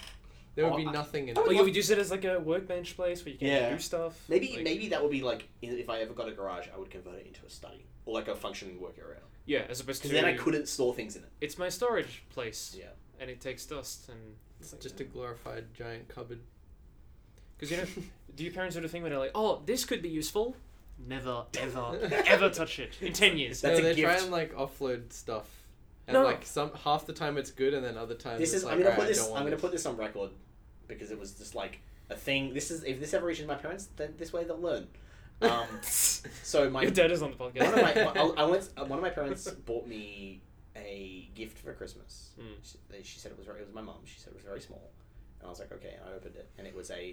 S2: There would
S1: Oh,
S2: be
S1: I-
S2: nothing in
S1: I
S2: it.
S1: would
S3: Well,
S1: love-
S3: you would use it as like a workbench place where you can
S1: Yeah.
S3: do stuff.
S1: maybe
S3: like-
S1: maybe that would be like in- if I ever got a garage, I would convert it into a study or like a functioning work area,
S3: Yeah, as opposed to
S1: because then I couldn't store things in it.
S3: It's my storage place.
S1: Yeah.
S3: And it takes dust and
S2: It's just a glorified giant cupboard.
S3: because you know, do your parents do the thing where they're like, oh, this could be useful? Never, ever, ever touch it in ten years.
S1: That's
S2: no,
S1: a
S2: they try
S1: gift.
S2: and like offload stuff, and
S3: No.
S2: like some half the time it's good, and then other times
S1: this
S2: it's
S1: is
S2: like,
S1: I'm gonna
S2: "Alright,
S1: put
S2: I
S1: this
S2: don't
S1: I'm
S2: want
S1: gonna
S2: this."
S1: put this on record because it was just like a thing. This is if this ever reaches my parents, then this way they'll learn. Um, so my
S3: Your dad is on the
S1: one of
S3: podcast.
S1: my I, I went uh, one of my parents bought me a gift for Christmas.
S3: Mm.
S1: She, they- she said it was very, it was my mum. She said it was very small, and I was like okay, and I opened it, and it was a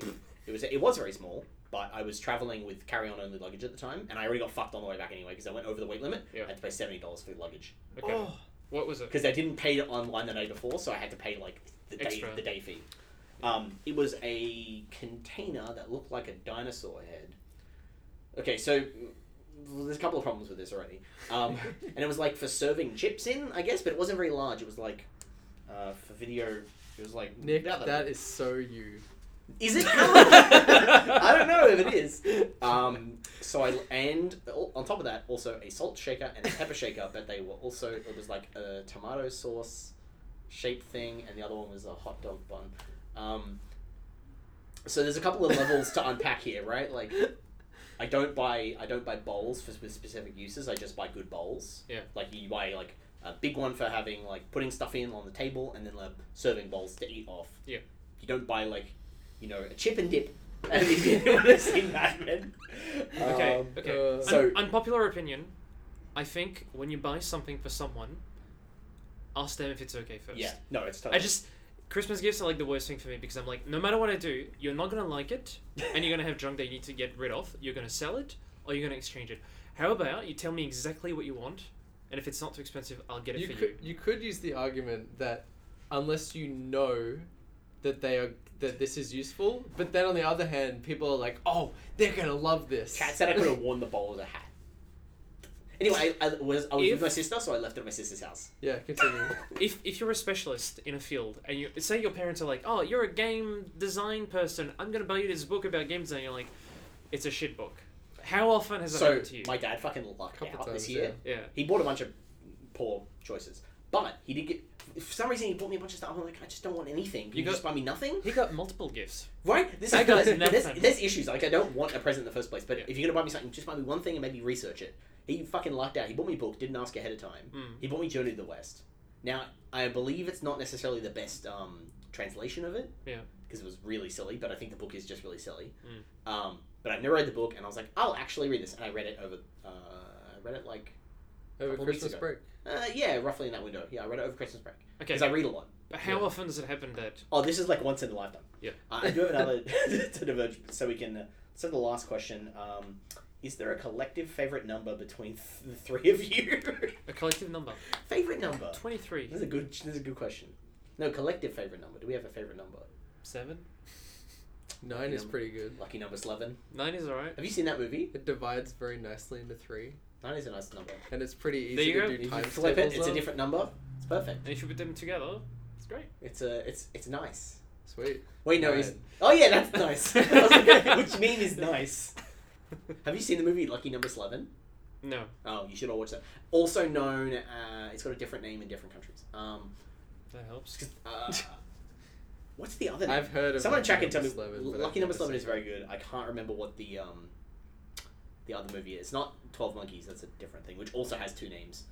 S1: it was a, it was very small, but I was traveling with carry on only luggage at the time, and I already got fucked on the way back anyway because I went over the weight limit.
S3: Yeah.
S1: I had to pay seventy dollars for the luggage
S3: Okay.
S2: Oh.
S3: What was it?
S1: because I didn't pay it online the day before, so I had to pay like the day
S3: Extra.
S1: the day fee. Um, it was a container that looked like a dinosaur head. Okay, so mm, there's a couple of problems with this already. Um, and it was like for serving chips in, I guess, but it wasn't very large. It was like uh, for video. It was like
S2: Nick,
S1: about
S2: that is so you.
S1: is it? I don't know if it is. Um, so I and on top of that, also a salt shaker and a pepper shaker, but they were also it was like a tomato sauce shaped thing, and the other one was a hot dog bun. Um, so there's a couple of levels to unpack here, right? Like I don't buy I don't buy bowls for spe- specific uses. I just buy good bowls.
S3: Yeah.
S1: Like you buy like a big one for having like putting stuff in on the table, and then like serving bowls to eat off.
S3: Yeah.
S1: You don't buy like you know a chip and dip. And if anyone has seen Mad Men.
S3: Okay.
S1: Um,
S3: okay.
S2: uh,
S3: Un-
S1: so-
S3: unpopular opinion. I think when you buy something for someone, ask them if it's okay first.
S1: Yeah. No, it's totally.
S3: I just Christmas gifts are like the worst thing for me because I'm like, no matter what I do, you're not gonna like it, and you're gonna have junk that you need to get rid of. You're gonna sell it, or you're gonna exchange it. How about you tell me exactly what you want, and if it's not too expensive, I'll get it
S2: You
S3: for
S2: could you could use the argument that unless you know that they are that this is useful, but then on the other hand, people are like, oh, they're gonna love this.
S1: Cat said I could have worn the bowl as a hat. Anyway, I, I was I was
S3: If-
S1: with my sister, so I left it at my sister's house.
S2: yeah, continue.
S3: you. If if you're a specialist in a field, and you say your parents are like, oh, you're a game design person, I'm gonna buy you this book about game design. You're like, it's a shit book. How often has that
S1: So
S3: happened to you?
S1: my dad fucking lucked
S2: Couple
S1: out this
S2: times,
S1: year.
S2: yeah.
S3: yeah.
S1: He bought a bunch of poor choices, but he did get. For some reason, he bought me a bunch of stuff. I'm like, I just don't want anything. Can
S3: You
S1: you,
S3: got-
S1: just buy me nothing,
S3: He got multiple gifts.
S1: right? This
S3: I
S1: is
S3: got
S1: there's, there's,
S3: nothing.
S1: there's issues. Like, I don't want a present in the first place. But
S3: Yeah.
S1: if you're gonna buy me something, just buy me one thing and maybe research it. He fucking lucked out. He bought me a book. Didn't ask ahead of time.
S3: Mm.
S1: He bought me Journey to the West. Now, I believe it's not necessarily the best um, translation of it.
S3: Yeah.
S1: Because it was really silly, but I think the book is just really silly.
S3: Hmm.
S1: Um, but I've never read the book, and I was like, I'll actually read this, and I read it over. Uh, I read it like
S2: Over
S1: Couple weeks
S2: Christmas
S1: ago.
S2: break.
S1: Uh, yeah, roughly in that window. Yeah, I read it over Christmas break
S3: Okay,
S1: because I read a lot.
S3: but how
S2: yeah.
S3: often does it happen that
S1: Oh, this is like once in a lifetime.
S3: Yeah.
S1: Uh, I do have another to diverge, so we can. Uh, so the last question: um, Is there a collective favorite number between th- the three of you?
S3: a collective number
S1: favorite number.
S3: twenty three
S1: This is a good. This is a good question. No, collective favorite number. Do we have a favorite number?
S3: seven
S2: Nine is
S1: Yeah.
S2: pretty good.
S1: Lucky number eleven.
S3: nine is alright.
S1: Have you seen that movie?
S2: It divides very nicely into three,
S1: Nine is a nice number.
S2: and it's pretty easy
S3: There you
S2: to
S3: go.
S2: do
S1: You
S2: time
S1: flip it.
S2: staples
S1: It's a
S2: on.
S1: different number. It's perfect.
S3: And if you put them together, it's great.
S1: It's a. It's it's nice.
S2: Sweet.
S1: Wait, no.
S2: Nine.
S1: It's, oh yeah, that's nice. I was like, Which name is nice? Have you seen the movie Lucky Number Eleven?
S3: No,
S1: Oh, you should all watch that. Also known, uh, it's got a different name in different countries. Um,
S3: that helps.
S1: uh, what's the other? Name?
S2: I've heard of.
S1: Someone
S2: Lucky
S1: check and tell me.
S2: Numbers 11, but I've
S1: Lucky Number
S2: never
S1: Eleven is
S2: seen
S1: very good. I can't remember what the um, the other movie is. It's not Twelve Monkeys. That's a different thing, which also has two names.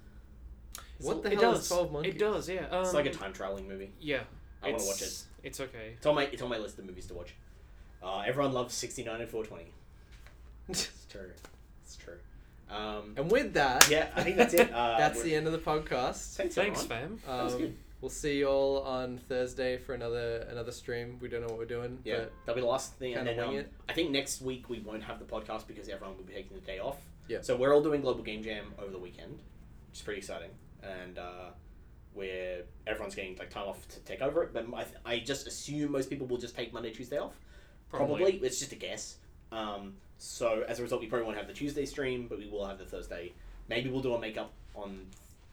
S2: it. What the
S3: it
S2: hell
S3: does.
S2: is twelve monkeys?
S3: It does, yeah. Um,
S1: It's like a time traveling movie.
S3: Yeah.
S1: I wanna
S3: it's-
S1: watch it.
S3: It's okay.
S1: It's on my it's on my list of movies to watch. Uh, everyone loves sixty nine and four twenty. It's true. It's true. Um,
S2: and with that,
S1: yeah, I think that's it. Uh,
S2: that's
S1: we're-
S2: the end of the podcast.
S1: Thanks,
S3: Thanks,
S1: everyone.
S3: fam.
S1: That was
S2: Um,
S1: good.
S2: we'll see you all on Thursday for another another stream. We don't know what we're doing,
S1: Yeah, that'll be the last thing. And
S2: kinda
S1: then um,
S2: wing it.
S1: I think next week we won't have the podcast because everyone will be taking the day off.
S2: Yeah.
S1: So we're all doing Global Game Jam over the weekend, which is pretty exciting, and uh, we're everyone's getting like time off to take over it. But I, th- I just assume most people will just take Monday, Tuesday off. Probably. It's just a guess. Um, so as a result, we probably won't have the Tuesday stream, but we will have the Thursday. Maybe we'll do a makeup on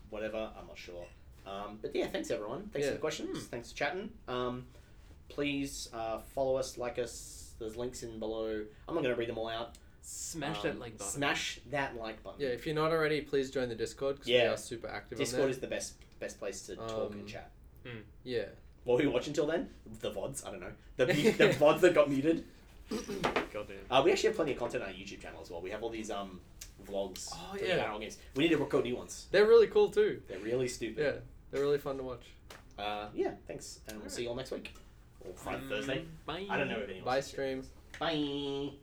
S1: whatever. I'm not sure. Um, but yeah, thanks everyone. Thanks for
S2: Yeah.
S1: the questions.
S3: Hmm.
S1: Thanks for chatting. Um, please uh, follow us, like us. There's links in below. I'm not going to read them all out.
S3: Smash
S1: Um,
S3: that like button.
S1: Smash that like button.
S2: Yeah, if you're not already, please join the Discord because we
S1: Yeah.
S2: are super active on
S1: Discord
S2: there.
S1: is the best best place to talk
S2: Um,
S1: and chat.
S2: yeah.
S1: What were we watching till then? The vods. I don't know. The mu- the vods that got muted.
S3: Goddamn.
S1: Uh, we actually have plenty of content on our YouTube channel as well. We have all these um vlogs.
S2: Oh,
S1: for the
S2: yeah.
S1: Barrel games. We need to record new ones.
S2: They're really cool too.
S1: They're really
S2: Yeah,
S1: stupid.
S2: they're really fun to watch.
S1: Yeah. Uh, yeah. Thanks, and we'll see you all next week or Friday, Thursday.
S3: Mm, Bye.
S2: Mm,
S1: I don't know if anyone.
S2: Bye, stream.
S1: Bye.